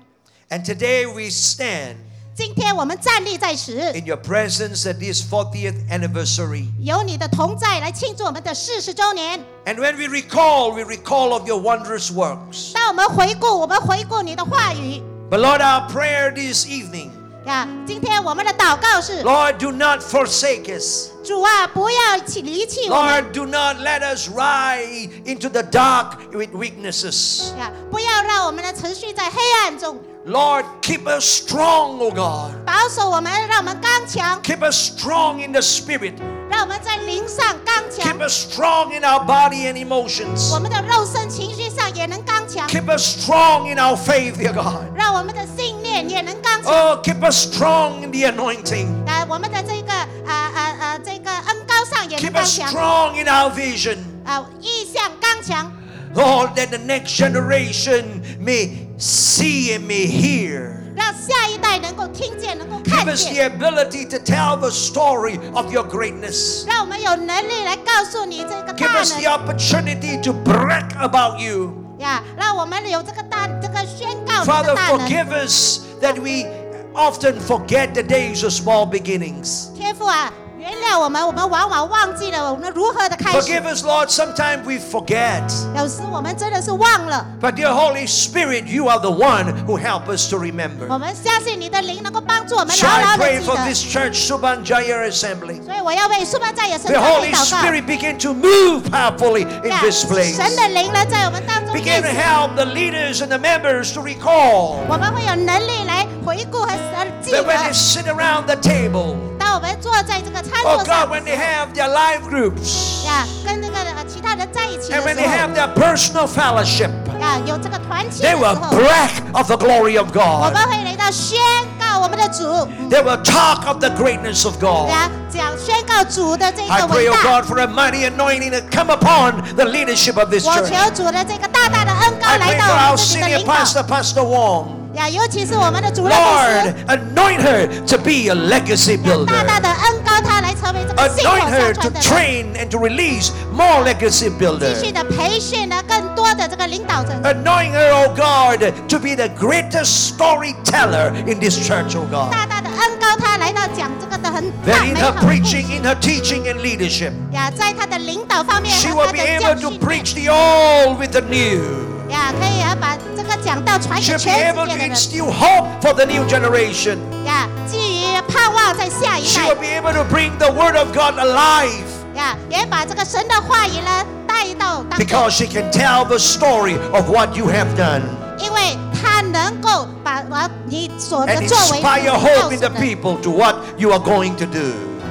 [SPEAKER 1] And today we stand
[SPEAKER 2] 今天我们站立在此，
[SPEAKER 1] in your presence at this 40th anniversary.
[SPEAKER 2] 有你的同在来庆祝我们的四十周年。
[SPEAKER 1] And when we recall, we recall of your wondrous works.
[SPEAKER 2] 当我们回顾，我们回顾你的话语。
[SPEAKER 1] But Lord, our prayer this evening
[SPEAKER 2] 呀，今天我们的祷告是：
[SPEAKER 1] Lord, do not forsake us.
[SPEAKER 2] 主啊，不要起离弃我们
[SPEAKER 1] Lord, do not let us ride into the dark with weaknesses.
[SPEAKER 2] 呀，不要让我们的情绪在黑暗中
[SPEAKER 1] Lord, keep us strong, O God.
[SPEAKER 2] 保守我们，让我们刚强，
[SPEAKER 1] Keep us strong in the spirit.
[SPEAKER 2] 让我们在灵上刚
[SPEAKER 1] Keep
[SPEAKER 2] 强，
[SPEAKER 1] us strong in our body and emotions.
[SPEAKER 2] 我们的肉身情绪上也能刚强，
[SPEAKER 1] Keep us strong in our faith, dear God.
[SPEAKER 2] 让我们的信念也能刚强。
[SPEAKER 1] Oh, keep us strong in the anointing.
[SPEAKER 2] 呃，我们的这个呃呃呃这个恩高上也能
[SPEAKER 1] Keep
[SPEAKER 2] 刚
[SPEAKER 1] us
[SPEAKER 2] 强，
[SPEAKER 1] strong in our vision.
[SPEAKER 2] 呃，意向刚强，
[SPEAKER 1] Lord, that the next generation may see and may hear.
[SPEAKER 2] 让下一代能够听见，能够
[SPEAKER 1] Give
[SPEAKER 2] 看
[SPEAKER 1] us the
[SPEAKER 2] 见，
[SPEAKER 1] ability to tell the story of your greatness.
[SPEAKER 2] 让我们有能力来告诉你这个
[SPEAKER 1] Give
[SPEAKER 2] 大
[SPEAKER 1] us the
[SPEAKER 2] 能
[SPEAKER 1] opportunity to brag about you.
[SPEAKER 2] 呀，让我们有这个大这个宣告你
[SPEAKER 1] Father,
[SPEAKER 2] 的大能。
[SPEAKER 1] forgive us that we often forget the days of small beginnings.
[SPEAKER 2] 天父啊，原谅我们，我们往往忘记了我们如何的开
[SPEAKER 1] Forgive us,
[SPEAKER 2] 始，
[SPEAKER 1] Lord, sometimes we forget.
[SPEAKER 2] 有时我们真的是忘了。
[SPEAKER 1] But dear Holy Spirit, you are the one who help us to
[SPEAKER 2] 我
[SPEAKER 1] remember.
[SPEAKER 2] 们相信你的灵能够帮助我们
[SPEAKER 1] So
[SPEAKER 2] 牢
[SPEAKER 1] I
[SPEAKER 2] 牢的
[SPEAKER 1] pray
[SPEAKER 2] 记
[SPEAKER 1] for
[SPEAKER 2] 得。
[SPEAKER 1] this church, Subanjaya Assembly.
[SPEAKER 2] 所以我要为苏曼在也神
[SPEAKER 1] The
[SPEAKER 2] 教会
[SPEAKER 1] Holy
[SPEAKER 2] 祷告。
[SPEAKER 1] Spirit begin to move powerfully in
[SPEAKER 2] 呀
[SPEAKER 1] this place.
[SPEAKER 2] 神的灵呢，在我们当中运
[SPEAKER 1] Begin to
[SPEAKER 2] 行。
[SPEAKER 1] help the leaders and the members to recall
[SPEAKER 2] 我们会有能力来回顾和呃记
[SPEAKER 1] that when they
[SPEAKER 2] 得。
[SPEAKER 1] sit around the table,
[SPEAKER 2] 当我们坐在这个餐
[SPEAKER 1] oh
[SPEAKER 2] 桌
[SPEAKER 1] God,
[SPEAKER 2] 上
[SPEAKER 1] when they have their life groups,
[SPEAKER 2] 呀，跟那个呃其他人在一起的
[SPEAKER 1] and
[SPEAKER 2] 时
[SPEAKER 1] when they
[SPEAKER 2] 候
[SPEAKER 1] have their personal fellowship,
[SPEAKER 2] 呀，有这个团契的
[SPEAKER 1] They
[SPEAKER 2] 时
[SPEAKER 1] will
[SPEAKER 2] 候，
[SPEAKER 1] brag of the glory of
[SPEAKER 2] 我
[SPEAKER 1] God.
[SPEAKER 2] 们会来到宣告我们的主，嗯
[SPEAKER 1] They will talk of the greatness of God.
[SPEAKER 2] 呀，讲宣告主的这
[SPEAKER 1] I
[SPEAKER 2] 个
[SPEAKER 1] pray,
[SPEAKER 2] 伟
[SPEAKER 1] O
[SPEAKER 2] 大。
[SPEAKER 1] God, for a mighty anointing to come upon the leadership of this
[SPEAKER 2] 我
[SPEAKER 1] church.
[SPEAKER 2] 求主的这个大大的恩膏
[SPEAKER 1] I
[SPEAKER 2] 来
[SPEAKER 1] pray
[SPEAKER 2] 到
[SPEAKER 1] for
[SPEAKER 2] 我
[SPEAKER 1] our
[SPEAKER 2] 们自己的
[SPEAKER 1] senior
[SPEAKER 2] 领导
[SPEAKER 1] pastor, Pastor Wong.
[SPEAKER 2] 呀，尤其是我们的主任牧
[SPEAKER 1] Lord,
[SPEAKER 2] 师，
[SPEAKER 1] anoint her to be a legacy
[SPEAKER 2] 大
[SPEAKER 1] builder.
[SPEAKER 2] 大的恩膏他来成为这个信口
[SPEAKER 1] Anoint
[SPEAKER 2] 相
[SPEAKER 1] her
[SPEAKER 2] 传
[SPEAKER 1] to
[SPEAKER 2] 的人，
[SPEAKER 1] train and to release more legacy
[SPEAKER 2] 继
[SPEAKER 1] builders.
[SPEAKER 2] 续的培训呢更多的这个领导者。
[SPEAKER 1] Anoint her, O God, to be the greatest storyteller in this church, O God.
[SPEAKER 2] 大大的恩高他来到讲这个的很大
[SPEAKER 1] That
[SPEAKER 2] 美
[SPEAKER 1] in
[SPEAKER 2] 好
[SPEAKER 1] her
[SPEAKER 2] 的故
[SPEAKER 1] preaching,
[SPEAKER 2] 事
[SPEAKER 1] in her teaching and leadership,
[SPEAKER 2] 呀，在他的领导方面
[SPEAKER 1] She
[SPEAKER 2] 和
[SPEAKER 1] will
[SPEAKER 2] 他
[SPEAKER 1] be
[SPEAKER 2] 的教
[SPEAKER 1] able
[SPEAKER 2] 训
[SPEAKER 1] to preach the old with the new.
[SPEAKER 2] 呀，可以啊把这个讲到传
[SPEAKER 1] She'll
[SPEAKER 2] 给
[SPEAKER 1] be
[SPEAKER 2] 全
[SPEAKER 1] able to
[SPEAKER 2] 世界的人
[SPEAKER 1] instill hope for the new generation.
[SPEAKER 2] 呀，基于盼望在下一
[SPEAKER 1] She
[SPEAKER 2] 代
[SPEAKER 1] will be able to bring the word of God alive
[SPEAKER 2] 呀，也把这个神的话语呢带到当中，
[SPEAKER 1] because she can tell the story of what you have done
[SPEAKER 2] 因为他能够把我你所的
[SPEAKER 1] and
[SPEAKER 2] 作为告
[SPEAKER 1] inspire
[SPEAKER 2] 诉
[SPEAKER 1] hope in
[SPEAKER 2] 人
[SPEAKER 1] the people to what you are going to do.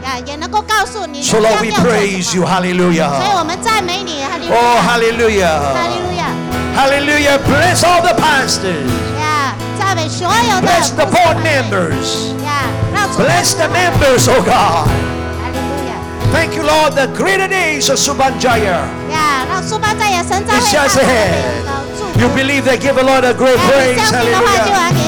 [SPEAKER 2] 呀，也能够告诉你你
[SPEAKER 1] So
[SPEAKER 2] 将
[SPEAKER 1] Lord, we
[SPEAKER 2] 要做
[SPEAKER 1] praise
[SPEAKER 2] 什
[SPEAKER 1] you.
[SPEAKER 2] 么。所以我
[SPEAKER 1] Hallelujah.
[SPEAKER 2] 们赞美你，哈利
[SPEAKER 1] Oh,
[SPEAKER 2] 路亚，哈利
[SPEAKER 1] hallelujah.
[SPEAKER 2] 路亚
[SPEAKER 1] Hallelujah. Bless all the pastors.
[SPEAKER 2] 呀，赞美所有的
[SPEAKER 1] Bless the
[SPEAKER 2] 牧师
[SPEAKER 1] board
[SPEAKER 2] 们
[SPEAKER 1] members.
[SPEAKER 2] 呀，让主
[SPEAKER 1] Bless the
[SPEAKER 2] 帮助我们
[SPEAKER 1] members, oh God.
[SPEAKER 2] 哈利路亚。
[SPEAKER 1] Thank you, Lord. The greater days of Subanjaya
[SPEAKER 2] 呀，让苏巴在也神在
[SPEAKER 1] is
[SPEAKER 2] 会
[SPEAKER 1] just
[SPEAKER 2] 上
[SPEAKER 1] ahead.
[SPEAKER 2] 祝福
[SPEAKER 1] You。believe they give the Lord a great
[SPEAKER 2] 哎，你
[SPEAKER 1] praise.
[SPEAKER 2] 相信的话
[SPEAKER 1] Hallelujah.
[SPEAKER 2] 就来给